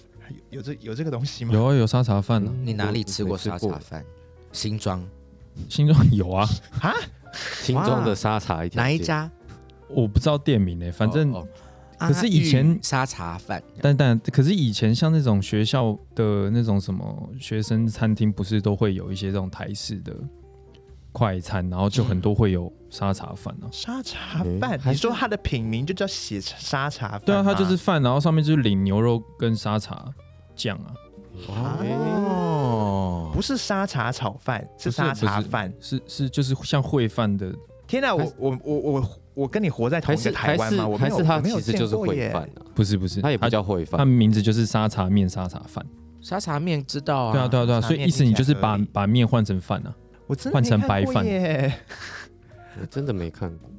Speaker 1: 有有这有这个东西吗？
Speaker 4: 有啊，有沙茶饭啊，
Speaker 2: 嗯你哪里吃过
Speaker 3: 我没吃
Speaker 2: 沙
Speaker 3: 过
Speaker 2: 茶饭？新庄
Speaker 4: 新庄有啊，
Speaker 3: 新庄的沙茶一条
Speaker 2: 哪一
Speaker 3: 街？
Speaker 2: 家？
Speaker 4: 我不知道店名呢、欸反正、
Speaker 2: 哦，哦
Speaker 4: 可是以
Speaker 2: 阿
Speaker 4: 前
Speaker 2: 裕沙茶饭，
Speaker 4: 但但可是以前像那种学校的那种什么学生餐厅，不是都会有一些这种台式的快餐，然后就
Speaker 1: 嗯
Speaker 4: 很多会有沙茶饭啊。
Speaker 1: 沙茶
Speaker 3: 诶
Speaker 1: 饭，
Speaker 3: 还
Speaker 1: 你
Speaker 3: 是
Speaker 1: 说它的品名就叫写沙茶饭吗？
Speaker 4: 对啊，它就是饭，然后上面就是淋牛肉跟沙茶酱啊，
Speaker 3: 哇
Speaker 1: 啊
Speaker 3: 诶
Speaker 2: 哦，
Speaker 1: 不是沙茶炒饭，是
Speaker 4: 不是
Speaker 1: 沙茶
Speaker 4: 不是
Speaker 1: 饭。
Speaker 4: 是是就是像烩饭的，
Speaker 1: 天哪，
Speaker 3: 还
Speaker 1: 我
Speaker 3: 是
Speaker 1: 我我我我跟你活在哎同
Speaker 3: 还
Speaker 1: 一个
Speaker 3: 是
Speaker 1: 台
Speaker 3: 还
Speaker 1: 湾
Speaker 3: 是
Speaker 1: 吗？我没
Speaker 3: 还
Speaker 1: 有
Speaker 3: 是它
Speaker 1: 我没有
Speaker 3: 其实就是
Speaker 1: 见过
Speaker 3: 烩
Speaker 1: 耶
Speaker 3: 饭啊，
Speaker 4: 不是不是，
Speaker 3: 它也不叫烩
Speaker 4: 它
Speaker 3: 饭，
Speaker 4: 名字就是沙茶面沙茶饭。
Speaker 2: 沙茶面知道啊，
Speaker 4: 对啊对啊对啊，
Speaker 1: 沙
Speaker 4: 所以
Speaker 1: 面
Speaker 4: 意思
Speaker 1: 听起
Speaker 4: 你
Speaker 1: 来
Speaker 4: 就是
Speaker 1: 合
Speaker 4: 把
Speaker 1: 理
Speaker 4: 把面换成饭啊。
Speaker 1: 我真的
Speaker 4: 换
Speaker 1: 没
Speaker 4: 成
Speaker 1: 看
Speaker 4: 白
Speaker 1: 过
Speaker 4: 饭
Speaker 1: 耶。
Speaker 3: 我真的没看过。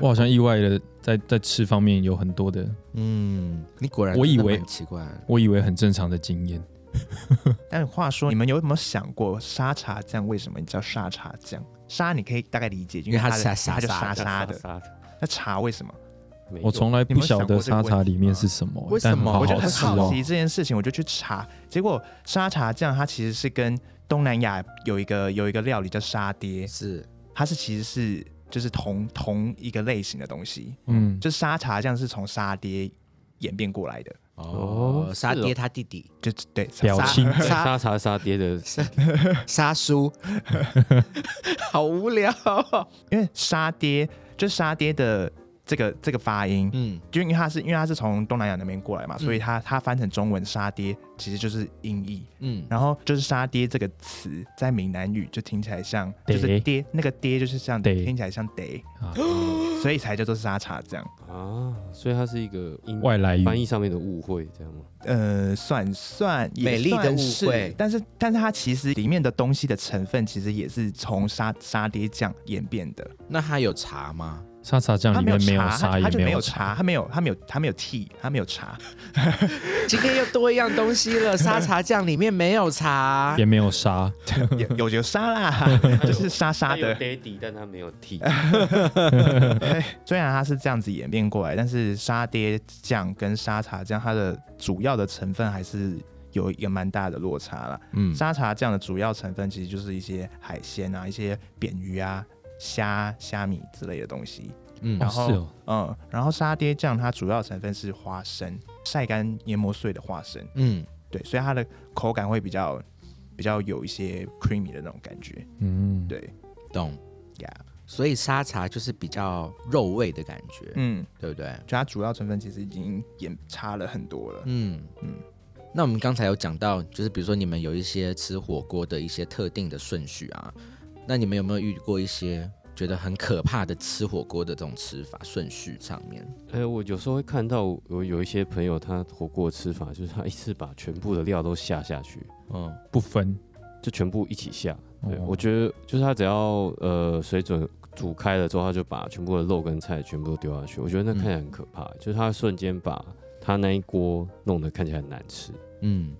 Speaker 4: 我好像意外的在在吃方面有很多的
Speaker 2: 嗯，你果然
Speaker 4: 啊我
Speaker 2: 真的
Speaker 4: 以为
Speaker 2: 蛮奇怪的，
Speaker 4: 我以为很正常的经验。
Speaker 1: 但话说，你们有没有想过沙茶酱为什么叫沙茶酱？沙你可以大概理解，因
Speaker 2: 因为它
Speaker 1: 它的
Speaker 2: 沙沙
Speaker 1: 它就沙
Speaker 2: 沙
Speaker 1: 沙的。
Speaker 3: 沙的，
Speaker 1: 那茶为什么？
Speaker 3: 没
Speaker 4: 我
Speaker 3: 有
Speaker 4: 从来
Speaker 1: 你们
Speaker 4: 不
Speaker 1: 有
Speaker 4: 晓
Speaker 1: 想
Speaker 4: 得
Speaker 1: 过这个
Speaker 4: 沙茶
Speaker 1: 问题
Speaker 4: 里面
Speaker 1: 吗
Speaker 4: 是什么，
Speaker 2: 为
Speaker 4: 但
Speaker 2: 什么
Speaker 4: 好
Speaker 1: 我就
Speaker 4: 好
Speaker 1: 很
Speaker 4: 吃
Speaker 1: 好
Speaker 4: 哦
Speaker 1: 奇。这件事情，我就去查，结果沙茶酱它其实是跟东南亚有一个有一个料理叫沙爹，
Speaker 2: 是
Speaker 1: 它是其实是就是同同一个类型的东西，
Speaker 4: 嗯，
Speaker 1: 就沙茶酱是从沙爹演变过来的，
Speaker 2: 哦，
Speaker 3: 哦
Speaker 2: 沙
Speaker 3: 是哦
Speaker 2: 爹他弟弟，
Speaker 1: 就对
Speaker 4: 表
Speaker 1: 沙
Speaker 4: 情
Speaker 2: 沙
Speaker 3: 沙茶沙爹的，
Speaker 2: 沙叔，好无聊哦、
Speaker 1: 因为沙爹就沙爹的这个这个发音，
Speaker 2: 嗯，
Speaker 1: 就因为它是因为它是从东南亚那边过来嘛，所以它它翻成中文沙爹其实就是音译，
Speaker 2: 嗯，
Speaker 1: 然后就是沙爹这个词在闽南语就听起来像就是
Speaker 4: 得
Speaker 1: 爹那个爹就是像
Speaker 4: 得
Speaker 1: 听起来像得，
Speaker 4: 啊
Speaker 1: 所以才叫做沙茶酱，
Speaker 3: 啊，所以它是一个英
Speaker 4: 外来语
Speaker 3: 翻译上面的误会，这样吗？
Speaker 1: 呃，算算也
Speaker 2: 美丽的
Speaker 1: 算
Speaker 2: 误
Speaker 1: 是
Speaker 2: 会
Speaker 1: 但是但是它其实里面的东西的成分其实也是从沙沙爹酱演变的，
Speaker 2: 那他有茶吗？
Speaker 4: 沙茶酱
Speaker 1: 它
Speaker 4: 里面
Speaker 1: 没
Speaker 4: 没有
Speaker 1: 茶，
Speaker 4: 沙
Speaker 1: 它它
Speaker 4: 也
Speaker 1: 就没
Speaker 4: 有
Speaker 1: 有， 茶，它没有它没有它没有 tea，它没有茶，
Speaker 2: 今天又多一样东西了，沙茶酱里面没有茶
Speaker 4: 也。没有沙，
Speaker 1: 有有有沙 啦，就是沙沙的。
Speaker 3: daddy，但他没有 T。
Speaker 1: 虽然它是这样子演变过来，但是沙爹酱跟沙茶酱它的主要的成分还是有一个蛮大的落差啦。
Speaker 2: 嗯，
Speaker 1: 沙茶酱的主要成分其实就是一些海鲜啊、一些扁鱼啊、虾、虾米之类的东西。
Speaker 2: 嗯
Speaker 1: 然
Speaker 4: 哦是哦
Speaker 1: 后，嗯，然后沙爹酱它主要成分是花生，晒干研磨碎的花生，
Speaker 2: 嗯，
Speaker 1: 对，所以它的口感会比较比较有一些 creamy 的那种感觉，
Speaker 4: 嗯，
Speaker 1: 对
Speaker 2: 懂。
Speaker 1: 呀
Speaker 2: 所以沙茶就是比较肉味的感觉，
Speaker 1: 嗯，
Speaker 2: 对不对？
Speaker 1: 就它主要成分其实已经也差了很多了，
Speaker 2: 嗯嗯
Speaker 1: 嗯。
Speaker 2: 那我们刚才有讲到，就是比如说你们有一些吃火锅的一些特定的顺序啊，那你们有没有遇过一些觉得很可怕的吃火锅的这种吃法顺序上面？
Speaker 3: 哎，我有时候会看到有有一些朋友，他火锅的吃法就是他一次把全部的料都下下去，
Speaker 2: 嗯
Speaker 4: 不分，
Speaker 3: 就全部一起下。对，
Speaker 4: 哦
Speaker 3: 我觉得就是他只要呃水准煮开了之后，他就把全部的肉跟菜全部都丢下去。我觉得那看起来很可怕，就是他瞬间把他那一锅弄得看起来很难吃。
Speaker 2: 嗯，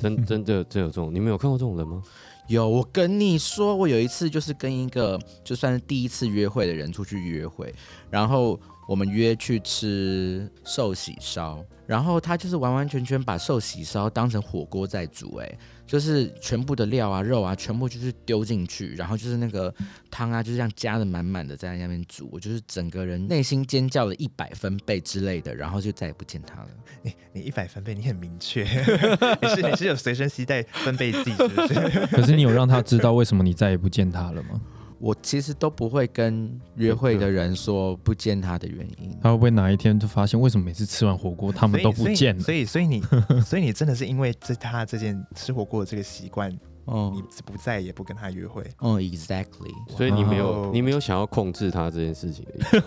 Speaker 3: 真真的真有这种，你们有看过这种人吗？
Speaker 2: 有，我跟你说，我有一次就是跟一个就算是第一次约会的人出去约会，然后我们约去吃寿喜烧，然后他就是完完全全把寿喜烧当成火锅在煮、哎，就是全部的料啊、肉啊，全部就是丢进去，然后就是那个汤啊，就这样加的满满的在那边煮，我就是整个人内心尖叫了一百分贝之类的，然后就再也不见他了。
Speaker 1: 你你一百分贝，你很明确， 你是你是有随身携带分贝计，是不是？
Speaker 4: 可是你有让他 知道为什么你再也不见他了吗？
Speaker 2: 我其实都不会跟约会的人说不见他的原因。
Speaker 4: 他会不会哪一天就发现为什么每次吃完火锅他
Speaker 1: 所
Speaker 4: 们
Speaker 1: 以
Speaker 4: 都不见了？
Speaker 1: 所以所以所以你所以你真的是因为这他这件吃火锅的这个习惯，
Speaker 2: 哦
Speaker 1: 你不在也不跟他约会，
Speaker 2: 哦，exactly，
Speaker 3: 所以你没
Speaker 1: 哇
Speaker 3: 有
Speaker 1: 哦
Speaker 3: 你没有想要控制他这件事情的意思。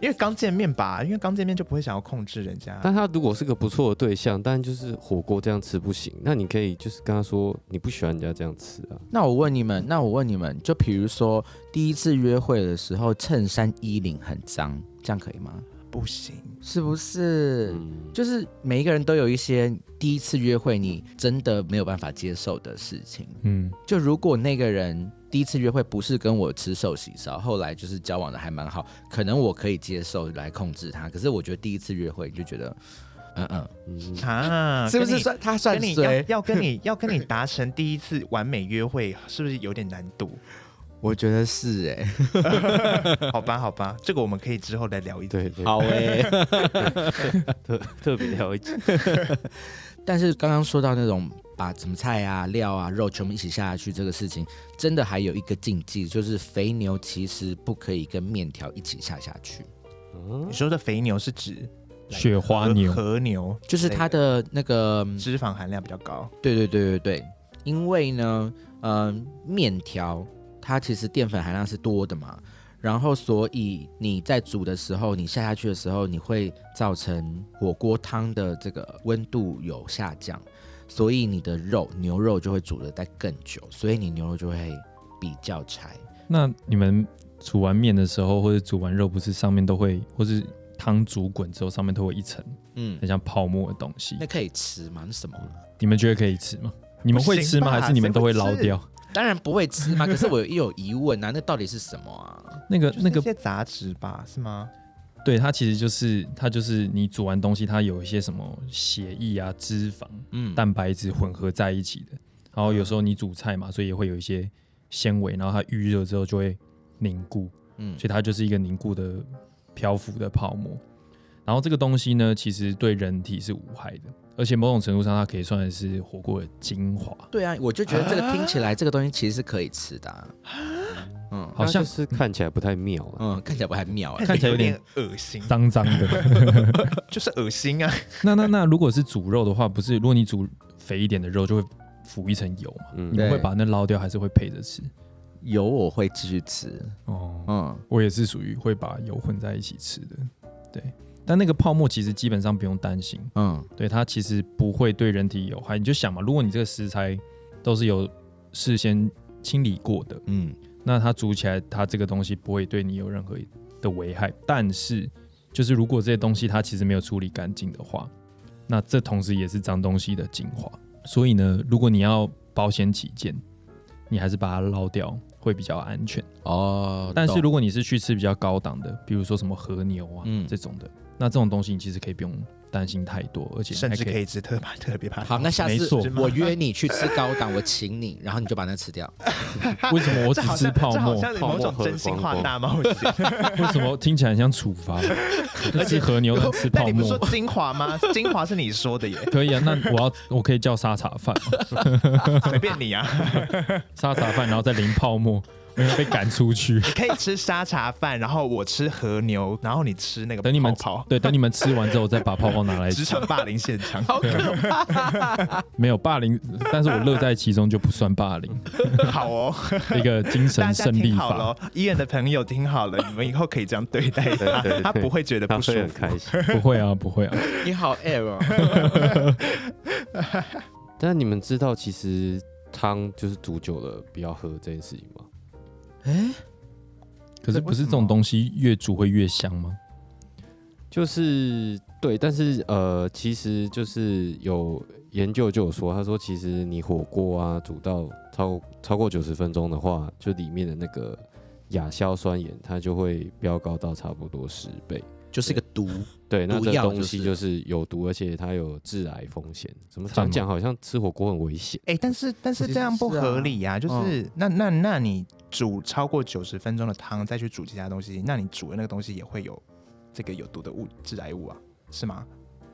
Speaker 1: 因为刚见面吧，因为刚见面就不会想要控制人家。
Speaker 3: 但他如果是个不错的对象，但就是火锅这样吃不行，那你可以就是跟他说你不喜欢人家这样吃啊。
Speaker 2: 那我问你们，那我问你们，就比如说第一次约会的时候，衬衫衣领很脏，这样可以吗？
Speaker 1: 不行，
Speaker 2: 是不是？
Speaker 3: 嗯，
Speaker 2: 就是每一个人都有一些第一次约会你真的没有办法接受的事情。
Speaker 4: 嗯，
Speaker 2: 就如果那个人第一次约会不是跟我吃寿喜烧，后来就是交往的还蛮好，可能我可以接受来控制他。可是我觉得第一次约会你就觉得，嗯嗯，
Speaker 3: 嗯
Speaker 1: 啊，
Speaker 2: 是不是
Speaker 1: 跟你
Speaker 2: 算他算
Speaker 1: 跟你要
Speaker 2: 衰？
Speaker 1: 要跟你 要跟你达成第一次完美约会，是不是有点难度？
Speaker 2: 我觉得是哎、
Speaker 1: 好吧，好吧，这个我们可以之后来聊一聊。
Speaker 3: 对对，
Speaker 2: 好
Speaker 1: 欸
Speaker 2: 哎、
Speaker 3: 特特别聊一集。
Speaker 2: 但是刚刚说到那种把什么菜啊、料啊、肉全部一起下去这个事情，真的还有一个禁忌，就是肥牛其实不可以跟面条一起下下去，
Speaker 3: 嗯
Speaker 1: 你，说的肥牛是指
Speaker 4: 雪花牛
Speaker 1: 和和牛，
Speaker 2: 就是它的那个，
Speaker 1: 脂肪含量比较高。
Speaker 2: 对对对对对，因为呢，嗯、面条它其实淀粉含量是多的嘛。然后，所以你在煮的时候，你下下去的时候，你会造成火锅汤的这个温度有下降，所以你的肉牛肉就会煮的再更久，所以你牛肉就会比较柴。
Speaker 4: 那你们煮完面的时候，或者煮完肉，不是上面都会，或是汤煮滚之后上面都会一层
Speaker 2: 嗯
Speaker 4: 很，像泡沫的东西
Speaker 2: 那，可以吃吗？那什么啊？
Speaker 4: 你们觉得可以吃吗？你们会吃吗？
Speaker 1: 不行吧
Speaker 4: 还是你们都会捞掉？
Speaker 2: 当然不会吃嘛。可是我有有疑问啊，那到底是什么啊？
Speaker 4: 那个
Speaker 1: 就是
Speaker 4: 那个
Speaker 1: 一，些杂质吧，是吗？
Speaker 4: 对它其实就是它就是你煮完东西，它有一些什么血液啊、脂肪、
Speaker 2: 嗯，
Speaker 4: 蛋白质混合在一起的。然后有时候你煮菜嘛，所以也会有一些纤维，然后它预热之后就会凝固，
Speaker 2: 嗯
Speaker 4: 所以它就是一个凝固的漂浮的泡沫。然后这个东西呢，其实对人体是无害的，而且某种程度上它可以算是火锅的精华。
Speaker 2: 对啊，我就觉得这个听起来这个东西其实是可以吃的、啊，嗯
Speaker 4: 好像
Speaker 3: 它就是看起来不太妙啊。
Speaker 2: 嗯，看起来不太妙哎、
Speaker 4: 看起来有
Speaker 1: 有
Speaker 4: 点
Speaker 1: 点恶心，
Speaker 4: 脏脏的，
Speaker 1: 就是恶心啊！
Speaker 4: 那那那，如果是煮肉的话，不是如果你煮肥一点的肉，就会浮一层油嘛？你
Speaker 3: 嗯，
Speaker 2: 对
Speaker 4: 们会把那捞掉，还是会配着吃？
Speaker 2: 有我会继续吃，
Speaker 4: 哦，
Speaker 2: 嗯，
Speaker 4: 我也是属于会把油混在一起吃的，对。但那个泡沫其实基本上不用担心，
Speaker 2: 嗯，
Speaker 4: 对它其实不会对人体有害。你就想嘛，如果你这个食材都是有事先清理过的，
Speaker 2: 嗯，
Speaker 4: 那它煮起来，它这个东西不会对你有任何的危害。但是，就是如果这些东西它其实没有处理干净的话，那这同时也是脏东西的精华。所以呢，如果你要保险起见，你还是把它捞掉会比较安全。
Speaker 2: 哦，
Speaker 4: 但是
Speaker 2: 懂
Speaker 4: 如果你是去吃比较高档的，比如说什么和牛啊、
Speaker 2: 嗯
Speaker 4: 这种的，那这种东西你其实可以不用担心太多，而且
Speaker 1: 甚
Speaker 4: 还
Speaker 1: 至
Speaker 4: 可
Speaker 1: 可
Speaker 4: 以。
Speaker 1: 以吃特怕特别怕。
Speaker 2: 好，那下
Speaker 4: 没
Speaker 2: 次
Speaker 4: 错
Speaker 2: 我约你去吃高档，我请你，然后你就把那吃掉。
Speaker 4: 为什么我只
Speaker 1: 这好
Speaker 4: 吃
Speaker 1: 像
Speaker 4: 泡
Speaker 1: 这好
Speaker 4: 沫？
Speaker 1: 像某种真心话大冒险。
Speaker 4: 为什么听起来很像 处罚？吃和牛跟 吃
Speaker 1: 但
Speaker 4: 泡
Speaker 1: 你不是
Speaker 4: 沫
Speaker 1: 说？精华吗？精华是你说的耶，
Speaker 4: 可以啊，那我要我可以叫沙茶饭吗，
Speaker 1: 随便你啊。
Speaker 4: 沙茶饭，然后再淋泡 沫，没有被赶出去。
Speaker 1: 你可以吃沙茶饭，然后我吃和牛，然后你吃那个
Speaker 4: 等你们
Speaker 1: 跑跑
Speaker 4: 对，等你们吃完之后，我再把泡 泡拿来
Speaker 1: 职
Speaker 4: 吃。
Speaker 1: 场霸凌现场。
Speaker 4: 没有霸凌，但是我乐在其中就不算 霸凌，
Speaker 1: 好哦，
Speaker 4: 一个精
Speaker 1: 大
Speaker 4: 神
Speaker 1: 家
Speaker 4: 胜
Speaker 1: 听
Speaker 4: 利
Speaker 1: 好了
Speaker 4: 法。
Speaker 1: 哦，医院的朋友听好了，你们以后可以这样对待
Speaker 3: 对对
Speaker 1: 他，
Speaker 3: 对
Speaker 1: 他不会觉得
Speaker 3: 他
Speaker 1: 不舒
Speaker 3: 会很
Speaker 1: 服。
Speaker 3: 开 心。
Speaker 4: 不会啊，不会啊，
Speaker 2: 你好 air 哦，
Speaker 3: 但你们知道，其实汤就是煮久了不要喝这件事情吗？
Speaker 2: 哎，
Speaker 4: 可是
Speaker 1: 对
Speaker 4: 不是
Speaker 1: 为什么
Speaker 4: 这种东西越煮会越香吗？
Speaker 3: 就是对，但是呃，其实就是有研究就有说，他说其实你火锅啊煮到超超过九十分钟的话，就里面的那个亚硝酸盐它就会飙高到差不多十倍。
Speaker 2: 就是一个毒，
Speaker 3: 对，那
Speaker 2: 毒
Speaker 3: 这
Speaker 2: 药
Speaker 3: 东
Speaker 2: 就
Speaker 3: 西
Speaker 2: 是
Speaker 3: 就是有毒，而且它有致癌风险。怎么
Speaker 4: 赞吗
Speaker 3: 讲讲好像吃火锅很危险？
Speaker 1: 哎，但是但是
Speaker 2: 其实
Speaker 1: 这样不
Speaker 2: 是啊
Speaker 1: 合理呀，就是那那那你煮超过九十分钟的汤，再去煮其他东西，那你煮的那个东西也会有这个有毒的物致癌物啊，是吗？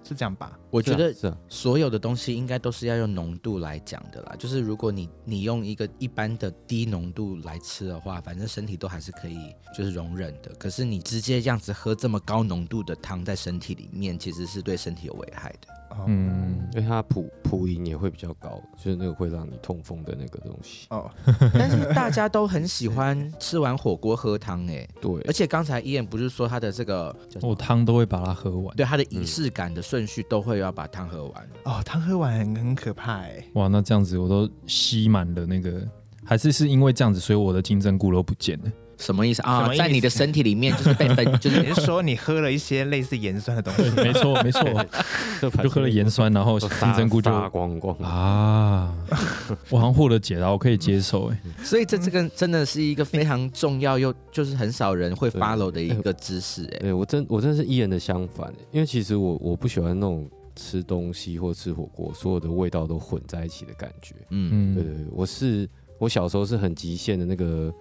Speaker 1: 是这样吧？
Speaker 2: 我
Speaker 3: 我
Speaker 2: 觉得
Speaker 3: 是啊，
Speaker 2: 所有的东西应该都是要用浓度来讲的啦。就是如果你你用一个一般的低浓度来吃的话，反正身体都还是可以就是容忍的。可是你直接这样子喝这么高浓度的汤在身体里面，其实是对身体有危害的。
Speaker 1: 哦
Speaker 4: 嗯，
Speaker 3: 因为它普普饮也会比较高，就是那个会让你痛风的那个东西。
Speaker 1: 哦，
Speaker 2: 但是大家都很喜欢吃完火锅喝汤哎、
Speaker 3: 对
Speaker 2: 而，且刚才伊恩不是说他的这个叫什么
Speaker 4: 我汤都会把它喝完。
Speaker 2: 对他的仪式感的顺序都会要把汤喝完。
Speaker 1: 哦，汤喝完很很可怕哎。
Speaker 4: 哇，那这样子我都吸满了那个，还是是因为这样子，所以我的金针菇都不见 了。
Speaker 2: 什么意思
Speaker 1: 什
Speaker 2: 啊？
Speaker 1: 么意思
Speaker 2: 在你的身体里面就是被 分，就是
Speaker 1: 你是说你喝了一些类似盐酸的东西？
Speaker 4: 没错， 没错，就喝了盐酸，然后
Speaker 3: 都
Speaker 4: 金
Speaker 3: 杀
Speaker 4: 针菇就
Speaker 3: 杀光光啊！
Speaker 4: 啊， 我好像获得解答，我可以接受哎、
Speaker 2: 所以这
Speaker 3: 嗯
Speaker 2: 这个真的是一个
Speaker 3: 哎
Speaker 2: 非常重要又就是很少人会 follow 的一个知识哎、
Speaker 3: 对我真我真的是伊人的相反，欸因为其实我我不喜欢那种吃东西或吃火锅所有的味道都混在一起的感觉。
Speaker 2: 嗯，
Speaker 4: 嗯，
Speaker 3: 对对对，我是我小时候是很极限的那个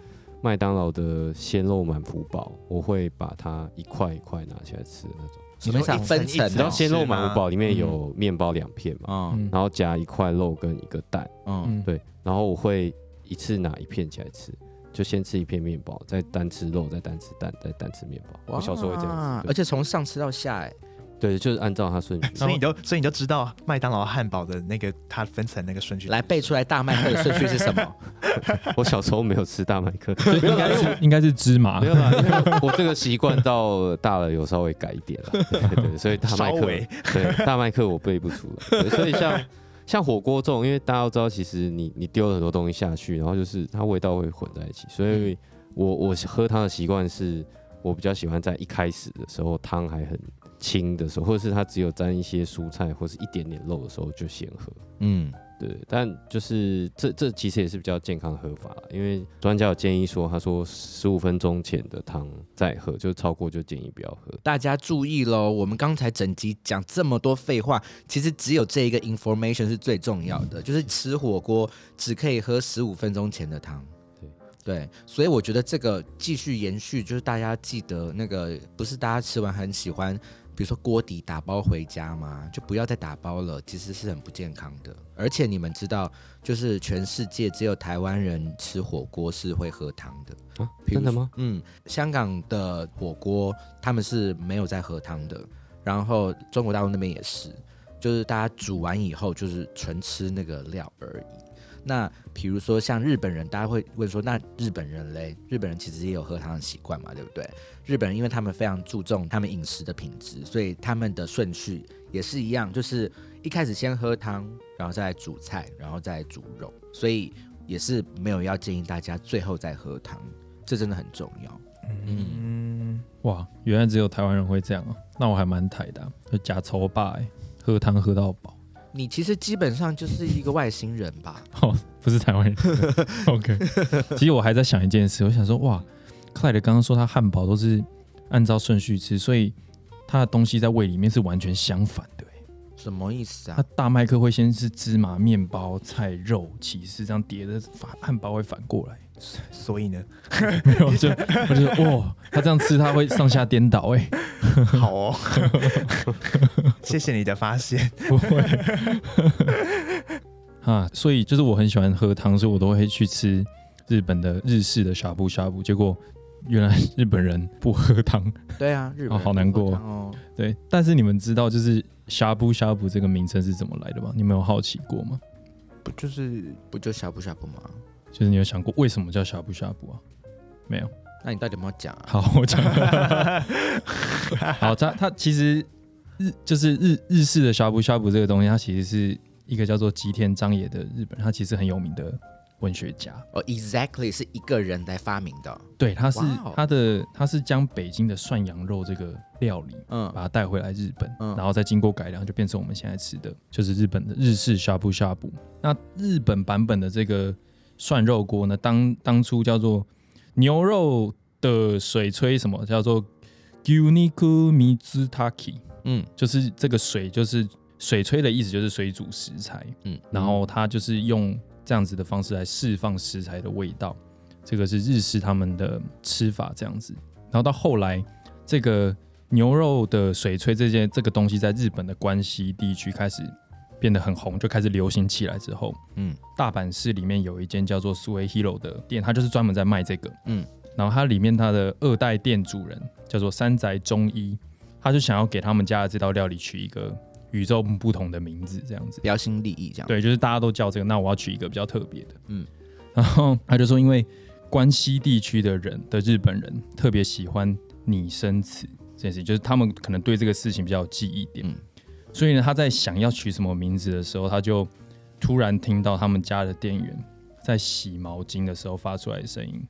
Speaker 3: 麦当劳的鲜肉满福堡，我会把它一块一块拿起来吃的那种。
Speaker 2: 什么意思啊？
Speaker 1: 你说一
Speaker 2: 分
Speaker 1: 层
Speaker 2: 层
Speaker 1: 一
Speaker 3: 你
Speaker 1: 层
Speaker 3: 知
Speaker 2: 哦
Speaker 3: 道鲜肉满
Speaker 1: 是吗
Speaker 3: 福堡里面有面包两片嘛？
Speaker 2: 嗯
Speaker 4: 嗯
Speaker 3: 然后加一块肉跟一个蛋，
Speaker 2: 嗯
Speaker 4: 嗯，
Speaker 3: 对，然后我会一次拿一片起来吃。就先吃一片面包，再单吃肉，再单吃蛋，再单吃面包。我小时候会这样
Speaker 2: 哇
Speaker 3: 子，
Speaker 2: 而
Speaker 3: 对
Speaker 2: 且从上吃到下哎、
Speaker 3: 对，就是按照它顺序。
Speaker 1: 所以你就所以你就知道麦当劳汉堡的那个它分层那个顺序。
Speaker 2: 来背出来大麦克的顺序是什么？
Speaker 3: 我小时候 没有吃大麦克，
Speaker 4: 所以应该是应该是芝麻
Speaker 3: 没，有啦，因为我我这个习惯到大了有稍微改一点了，对对对，所以大麦
Speaker 1: 稍
Speaker 3: 克
Speaker 1: 微
Speaker 3: 对大麦克我背不出来，对所以 像像火锅这种，因为大家都知道，其实你你丢了很多东西下去，然后就是它味道会混在一起，所
Speaker 4: 嗯
Speaker 3: 以我我喝汤的习惯是我比较喜欢在一开始的时候汤还很清的时候，或者是它只有沾一些蔬菜或是一点点肉的时候就先喝。
Speaker 2: 嗯，
Speaker 3: 对，但就是这这其实也是比较健康的喝法啦，因为专家有建议说，他说十五分钟前的汤再喝，就超过就建议不要喝。
Speaker 2: 大家注意喽，我们刚才整集讲这么多废话，其实只有这一个 information 是最重要的，就是吃火锅只可以喝十五分钟前的汤。对，所以我觉得这个继续延续，就是大家记得那个，不是大家吃完很喜欢，比如说锅底打包回家嘛，就不要再打包了，其实是很不健康的。而且你们知道，就是全世界只有台湾人吃火锅是会喝汤的，
Speaker 3: 啊，
Speaker 2: 比如
Speaker 3: 真的吗？
Speaker 2: 嗯，香港的火锅他们是没有在喝汤的，然后中国大陆那边也是，就是大家煮完以后就是纯吃那个料而已。那比如说像日本人，大家会问说，那日本人嘞？日本人其实也有喝汤的习惯嘛，对不对？日本人因为他们非常注重他们饮食的品质，所以他们的顺序也是一样，就是一开始先喝汤，然后再来煮菜，然后再来煮肉，所以也是没有要建议大家最后再喝汤。这真的很重要。嗯，
Speaker 1: 嗯，
Speaker 4: 哇，原来只有台湾人会这样啊！那我还蛮台的啊、就假愁霸、欸，喝汤喝到饱，
Speaker 2: 你其实基本上就是一个外星人吧？
Speaker 4: 不是台湾人。OK，其实我还在想一件事，我想说，哇，克莱德刚刚说他汉堡都是按照顺序吃，所以他的东西在胃里面是完全相反的欸、
Speaker 2: 什么意思
Speaker 4: 他
Speaker 2: 啊？
Speaker 4: 大麦克会先是芝麻、面包、菜、肉、起司这样叠的，反汉堡会反过来。
Speaker 1: 所以呢，
Speaker 4: 没有，我就我就说，哇，他这样吃他会上下颠倒哎、
Speaker 1: 好哦，谢谢你的发现。
Speaker 4: 不会。啊，所以就是我很喜欢喝汤，所以我都会去吃日本的日式的呷哺呷哺。结果原来日本人不喝汤，
Speaker 2: 对啊，日本人
Speaker 4: 哦好难过
Speaker 2: 不喝汤哦。
Speaker 4: 对。但是你们知道就是呷哺呷哺这个名称是怎么来的吗？你们有好奇过吗？
Speaker 1: 不就是
Speaker 2: 不就呷哺呷哺吗？
Speaker 4: 就是你有想过为什么叫呷哺呷哺啊？没有。
Speaker 2: 那你到底有没有讲啊？
Speaker 4: 好，我讲。好，它它其实日就是日日式的呷哺呷哺这个东西，它其实是一个叫做吉田章也的日本人，他其实很有名的文学家。
Speaker 2: 哦、e x a c t l y 是一个人来发明的哦。
Speaker 4: 对，它是
Speaker 2: 哇哦
Speaker 4: 它的它是将北京的涮羊肉这个料理，把
Speaker 2: 嗯，
Speaker 4: 它带回来日本，
Speaker 2: 嗯
Speaker 4: 然后再经过改良，就变成我们现在吃的，就是日本的日式呷哺呷哺。那日本版本的这个涮肉锅呢，当当初叫做牛肉的水炊什么叫做 Uniku Mizutaki，
Speaker 2: 嗯，
Speaker 4: 就是这个水就是水炊的意思，就是水煮食材，
Speaker 2: 嗯，
Speaker 4: 然 后它就是用这样子的方式来释放食材的味道，这个是日式他们的吃法这样子。然后到后来，这个牛肉的水炊这些这个东西在日本的关西地区开始变得很红，就开始流行起来之后，
Speaker 2: 嗯，
Speaker 4: 大阪市里面有一间叫做 Sue Hero 的店，它就是专门在卖这个，
Speaker 2: 嗯，
Speaker 4: 然后它里面它的二代店主人叫做山宅忠一，他就想要给他们家的这道料理取一个与众不同的名字，这样子。
Speaker 2: 标新立异这样。，
Speaker 4: 对，就是大家都叫这个，那我要取一个比较特别的。嗯
Speaker 2: 嗯，
Speaker 4: 然后他就说，因为关西地区的人的日本人特别喜欢拟声词这件事情，就是他们可能对这个事情比较有记忆点。
Speaker 2: 嗯
Speaker 4: 所以呢，他在想要取什么名字的时候，他就突然听到他们家的店员在洗毛巾的时候发出来的声音，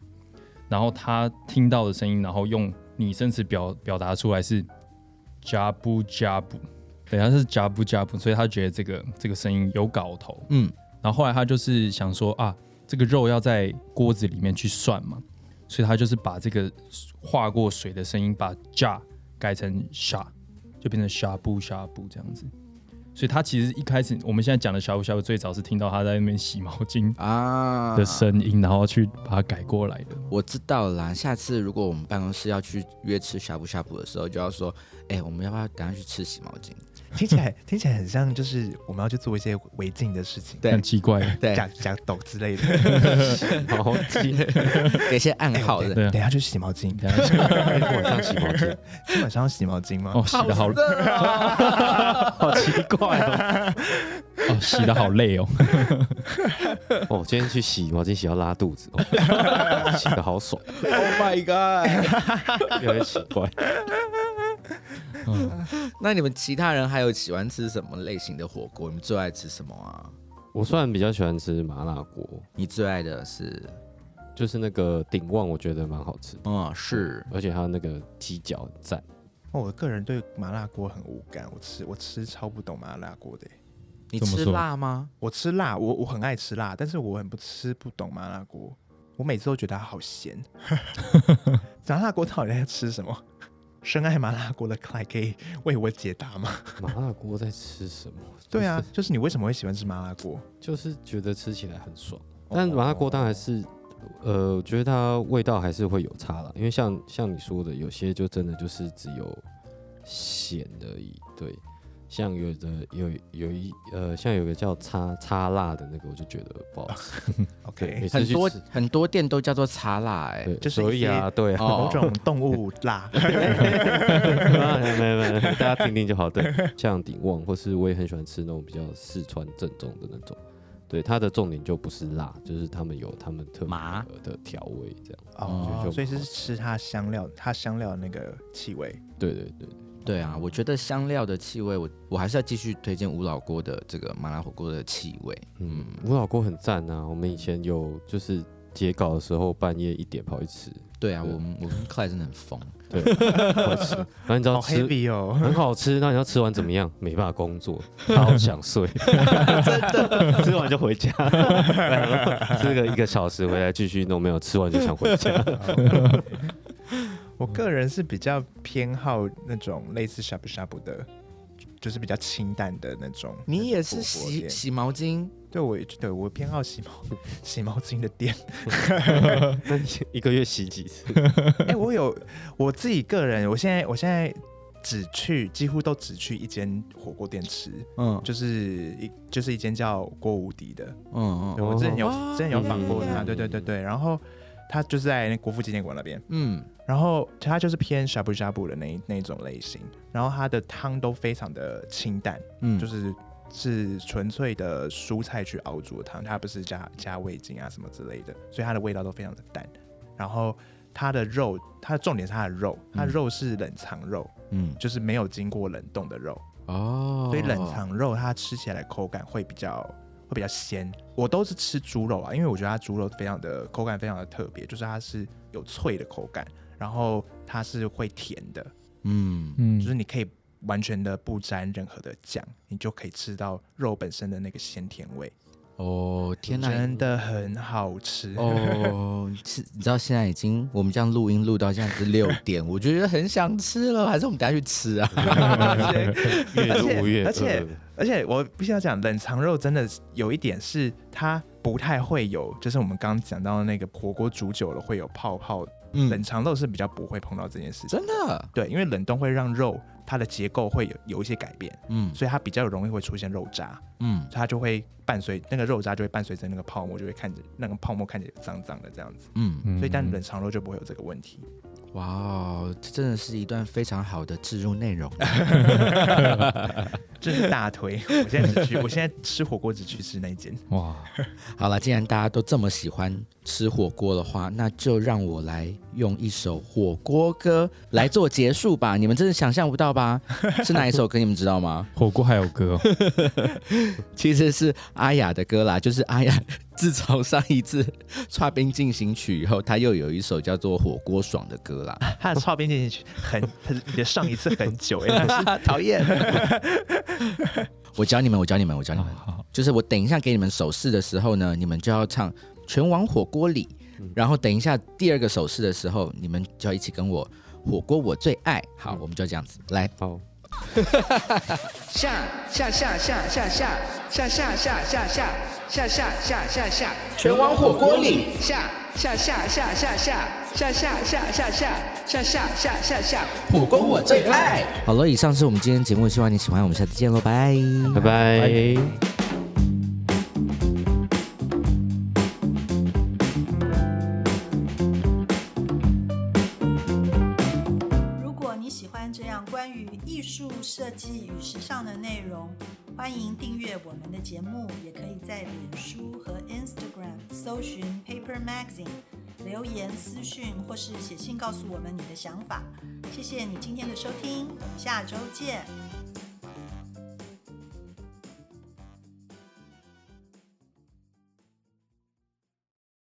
Speaker 4: 然后他听到的声音，然后用拟声词表表达出来是“加布加布”，对，他是“加布加布”，所以他觉得这个这个声音有搞头。
Speaker 2: 嗯，
Speaker 4: 然后后来他就是想说啊，这个肉要在锅子里面去涮嘛，所以他就是把这个化过水的声音把 ja 改成 sha，就变成 sha 布 sha 布这样子。所以他其实一开始我们现在讲的 sha 布 sha 布，最早是听到他在那边洗毛巾
Speaker 2: 啊
Speaker 4: 的声音，然后去把它改过来的。
Speaker 2: 我知道啦。下次如果我们办公室要去约吃呷哺呷哺的时候，就要说，哎、我们要不要等下去吃洗毛巾？
Speaker 1: 听起来听起来很像，就是我们要去做一些违禁的事情，
Speaker 2: 对
Speaker 4: 很奇怪，
Speaker 2: 对，
Speaker 1: 假假抖之类的。
Speaker 3: 好， 今天
Speaker 2: 给一些暗号的。
Speaker 4: 对啊
Speaker 1: 等一下去洗毛巾，
Speaker 4: 等一下
Speaker 3: 晚上洗毛巾，
Speaker 1: 今天晚上要洗毛巾吗？
Speaker 4: 哦，洗的好
Speaker 2: 色哦
Speaker 3: 好奇怪哦。
Speaker 4: 哦，洗的好累哦。
Speaker 3: 哦，今天去洗毛巾洗到拉肚子，哦、 洗的好爽，
Speaker 2: Oh my god！
Speaker 3: 越来越奇怪。
Speaker 4: 嗯，
Speaker 2: 那你们其他人还有喜欢吃什么类型的火锅？你们最爱吃什么啊？
Speaker 3: 我虽然比较喜欢吃麻辣锅，
Speaker 2: 你最爱的是，
Speaker 3: 就是那个鼎旺，我觉得蛮好吃，
Speaker 2: 嗯，是
Speaker 3: 而且还有那个鸡脚很赞。
Speaker 1: 哦我个人对麻辣锅很无感，我吃我吃超不懂麻辣锅的耶。
Speaker 2: 你
Speaker 4: 怎么
Speaker 2: 吃
Speaker 4: 说
Speaker 2: 辣吗？
Speaker 1: 我吃辣，我我很爱吃辣，但是我很不吃不懂麻辣锅。我每次都觉得它好咸。 麻辣锅到底在吃什么？深爱麻辣锅的 Clay 可以为我解答吗？
Speaker 3: 麻辣锅在吃什么？
Speaker 1: 对啊，就是你为什么会喜欢吃麻辣锅？
Speaker 3: 就是觉得吃起来很爽。但麻辣锅当然是呃，我觉得它味道还是会有差啦，因为像像你说的，有些就真的就是只有咸而已。对，像有的有有一呃，像有个叫叉叉辣的那个，我就觉得不好吃。对，
Speaker 1: 哦 OK，
Speaker 3: 每次
Speaker 2: 很
Speaker 3: 去
Speaker 2: 多
Speaker 3: 吃
Speaker 2: 很多店都叫做茶辣哎、
Speaker 3: 对，
Speaker 1: 就是
Speaker 3: 所
Speaker 1: 一
Speaker 3: 以
Speaker 1: 些
Speaker 3: 啊，对啊，
Speaker 1: 哦 某种动物辣，
Speaker 3: 没有没有没有，大家听听就好。对，像鼎旺，或是我也很喜欢吃那种比较四川正宗的那种。对，它的重点就不是辣，就是他们有他们特
Speaker 2: 麻
Speaker 3: 别的调味这样。
Speaker 1: 哦
Speaker 3: 就就
Speaker 1: 所以是吃它香料，它香料的那个气味。
Speaker 3: 对对对，
Speaker 2: 对啊，我觉得香料的气味，我我还是要继续推荐吴老锅的这个麻辣火锅的气味。
Speaker 3: 嗯，吴老锅很赞啊！我们以前有就是截稿的时候，半夜一点跑去 吃，
Speaker 2: 对啊，
Speaker 3: 对
Speaker 2: 我们我们 c l 真的很疯，
Speaker 3: 对，跑去吃。然后你知道
Speaker 1: 好
Speaker 3: 吃
Speaker 1: heavy 哦，
Speaker 3: 很好吃，那你要吃完怎么样？没办法 工作，好想睡，真的， 吃完就回家，吃个一个小时回来继续弄，没有吃完就想回 家。嗯
Speaker 1: 我个人是比较偏好那种类似呷哺呷哺的，就是比较清淡的那种。
Speaker 2: 你也是
Speaker 1: 火锅
Speaker 2: 洗
Speaker 1: 店
Speaker 2: 洗毛巾，
Speaker 1: 对我对我偏好洗毛 洗毛巾的店。
Speaker 3: 那你一个月洗 几次？
Speaker 1: 哎、我有 我自己个人，我现在我现在只去几乎都只去一间火锅店吃，
Speaker 2: 嗯
Speaker 1: 就是一就是一间叫郭无敌的，
Speaker 2: 嗯
Speaker 1: 对我之前有、
Speaker 2: 哦
Speaker 1: 之前有访过他，
Speaker 3: 嗯
Speaker 1: 对对对对，然后他就是在那国父纪念馆那边，
Speaker 2: 嗯
Speaker 1: 然后他就是偏呷哺呷哺的那一那一种类型，然后他的汤都非常的清淡，
Speaker 2: 嗯，
Speaker 1: 就是是是纯粹的蔬菜去熬煮的汤，它不是加加味精啊什么之类的，所以它的味道都非常的淡。然后它的肉，它的重点是它的肉，它的肉是冷藏肉，
Speaker 2: 嗯
Speaker 1: 就是没有经过冷冻的肉，
Speaker 2: 哦，
Speaker 1: 所以冷藏肉它吃起来口感会比较会比较鲜。我都是吃猪肉啊，因为我觉得它猪肉非常的口感非常的特别，就是它是有脆的口感，然后它是会甜的，
Speaker 2: 嗯
Speaker 4: 嗯
Speaker 1: 就是你可以完全的不沾任何的酱，你就可以吃到肉本身的那个鲜甜味，
Speaker 2: 哦天哪，
Speaker 1: 真的很好 吃。
Speaker 2: 哦，是，你知道现在已经我们这样录音录到现在是六 点，我觉得很想吃了，还是我们等下去吃啊？
Speaker 3: 越
Speaker 1: 而
Speaker 3: 入
Speaker 1: 且
Speaker 3: 越饿
Speaker 1: 而且而且我必须要讲，冷藏肉真的有一点是它不太会有，就是我们刚刚讲到那个火锅煮久了会有泡泡，冷
Speaker 2: 嗯，
Speaker 1: 藏肉是比较不会碰到这件事情。
Speaker 2: 真的，
Speaker 1: 对，因为冷冻会让肉它的结构会有有一些改变，
Speaker 2: 嗯
Speaker 1: 所以它比较容易会出现肉渣，
Speaker 2: 嗯
Speaker 1: 所以它就会伴随那个肉渣就会伴随着那个泡沫，就会看着那个泡沫看起来脏脏的这样子。
Speaker 2: 嗯，
Speaker 1: 所以但冷藏肉就不会有这个问题。
Speaker 2: 哇哦，这真的是一段非常好的置入内 容。
Speaker 1: 这是大推，我现在只去，我现在吃火锅只去吃那一间。
Speaker 4: 哇，
Speaker 2: 好了，既然大家都这么喜欢吃火锅的话，那就让我来用一首火锅歌来做结束 吧。你们真的想象不到吧？是哪一首歌？你们知道吗？
Speaker 4: 火锅还有歌哦，
Speaker 2: 其实是阿雅的歌啦， 就是阿雅自从上一次《刷冰进行曲》以后，她又有一首叫做《火锅爽》的歌啦。
Speaker 1: 他的超边进去很很你的上一次很 久哎、
Speaker 2: 讨厌！我教你们，我教你们，我教你们。
Speaker 4: 好，
Speaker 2: 就是我等一下给你们手势的时候呢，你们就要唱《全往火锅里》，然后等一下第二个手势的时候，你们就要一起跟我火锅我最爱。好，我们就这样子来。
Speaker 3: 好，
Speaker 5: 下下下下下下下下下下下下下下下下，全往火锅里下下下下下下下下下下下下下下下下，火锅我最爱。
Speaker 2: 好了，以上是我们今天的节目，希望你喜欢，我们下次见喽，拜。
Speaker 3: 拜拜。
Speaker 6: 如果你喜欢这样关于艺术设计与时尚的内容，欢迎订阅我们的节目，也可以在脸书和 Instagram 搜寻 Paper Magazine，留言私讯或是写信告诉我们你的想法。谢谢你今天的收听，我们下周见。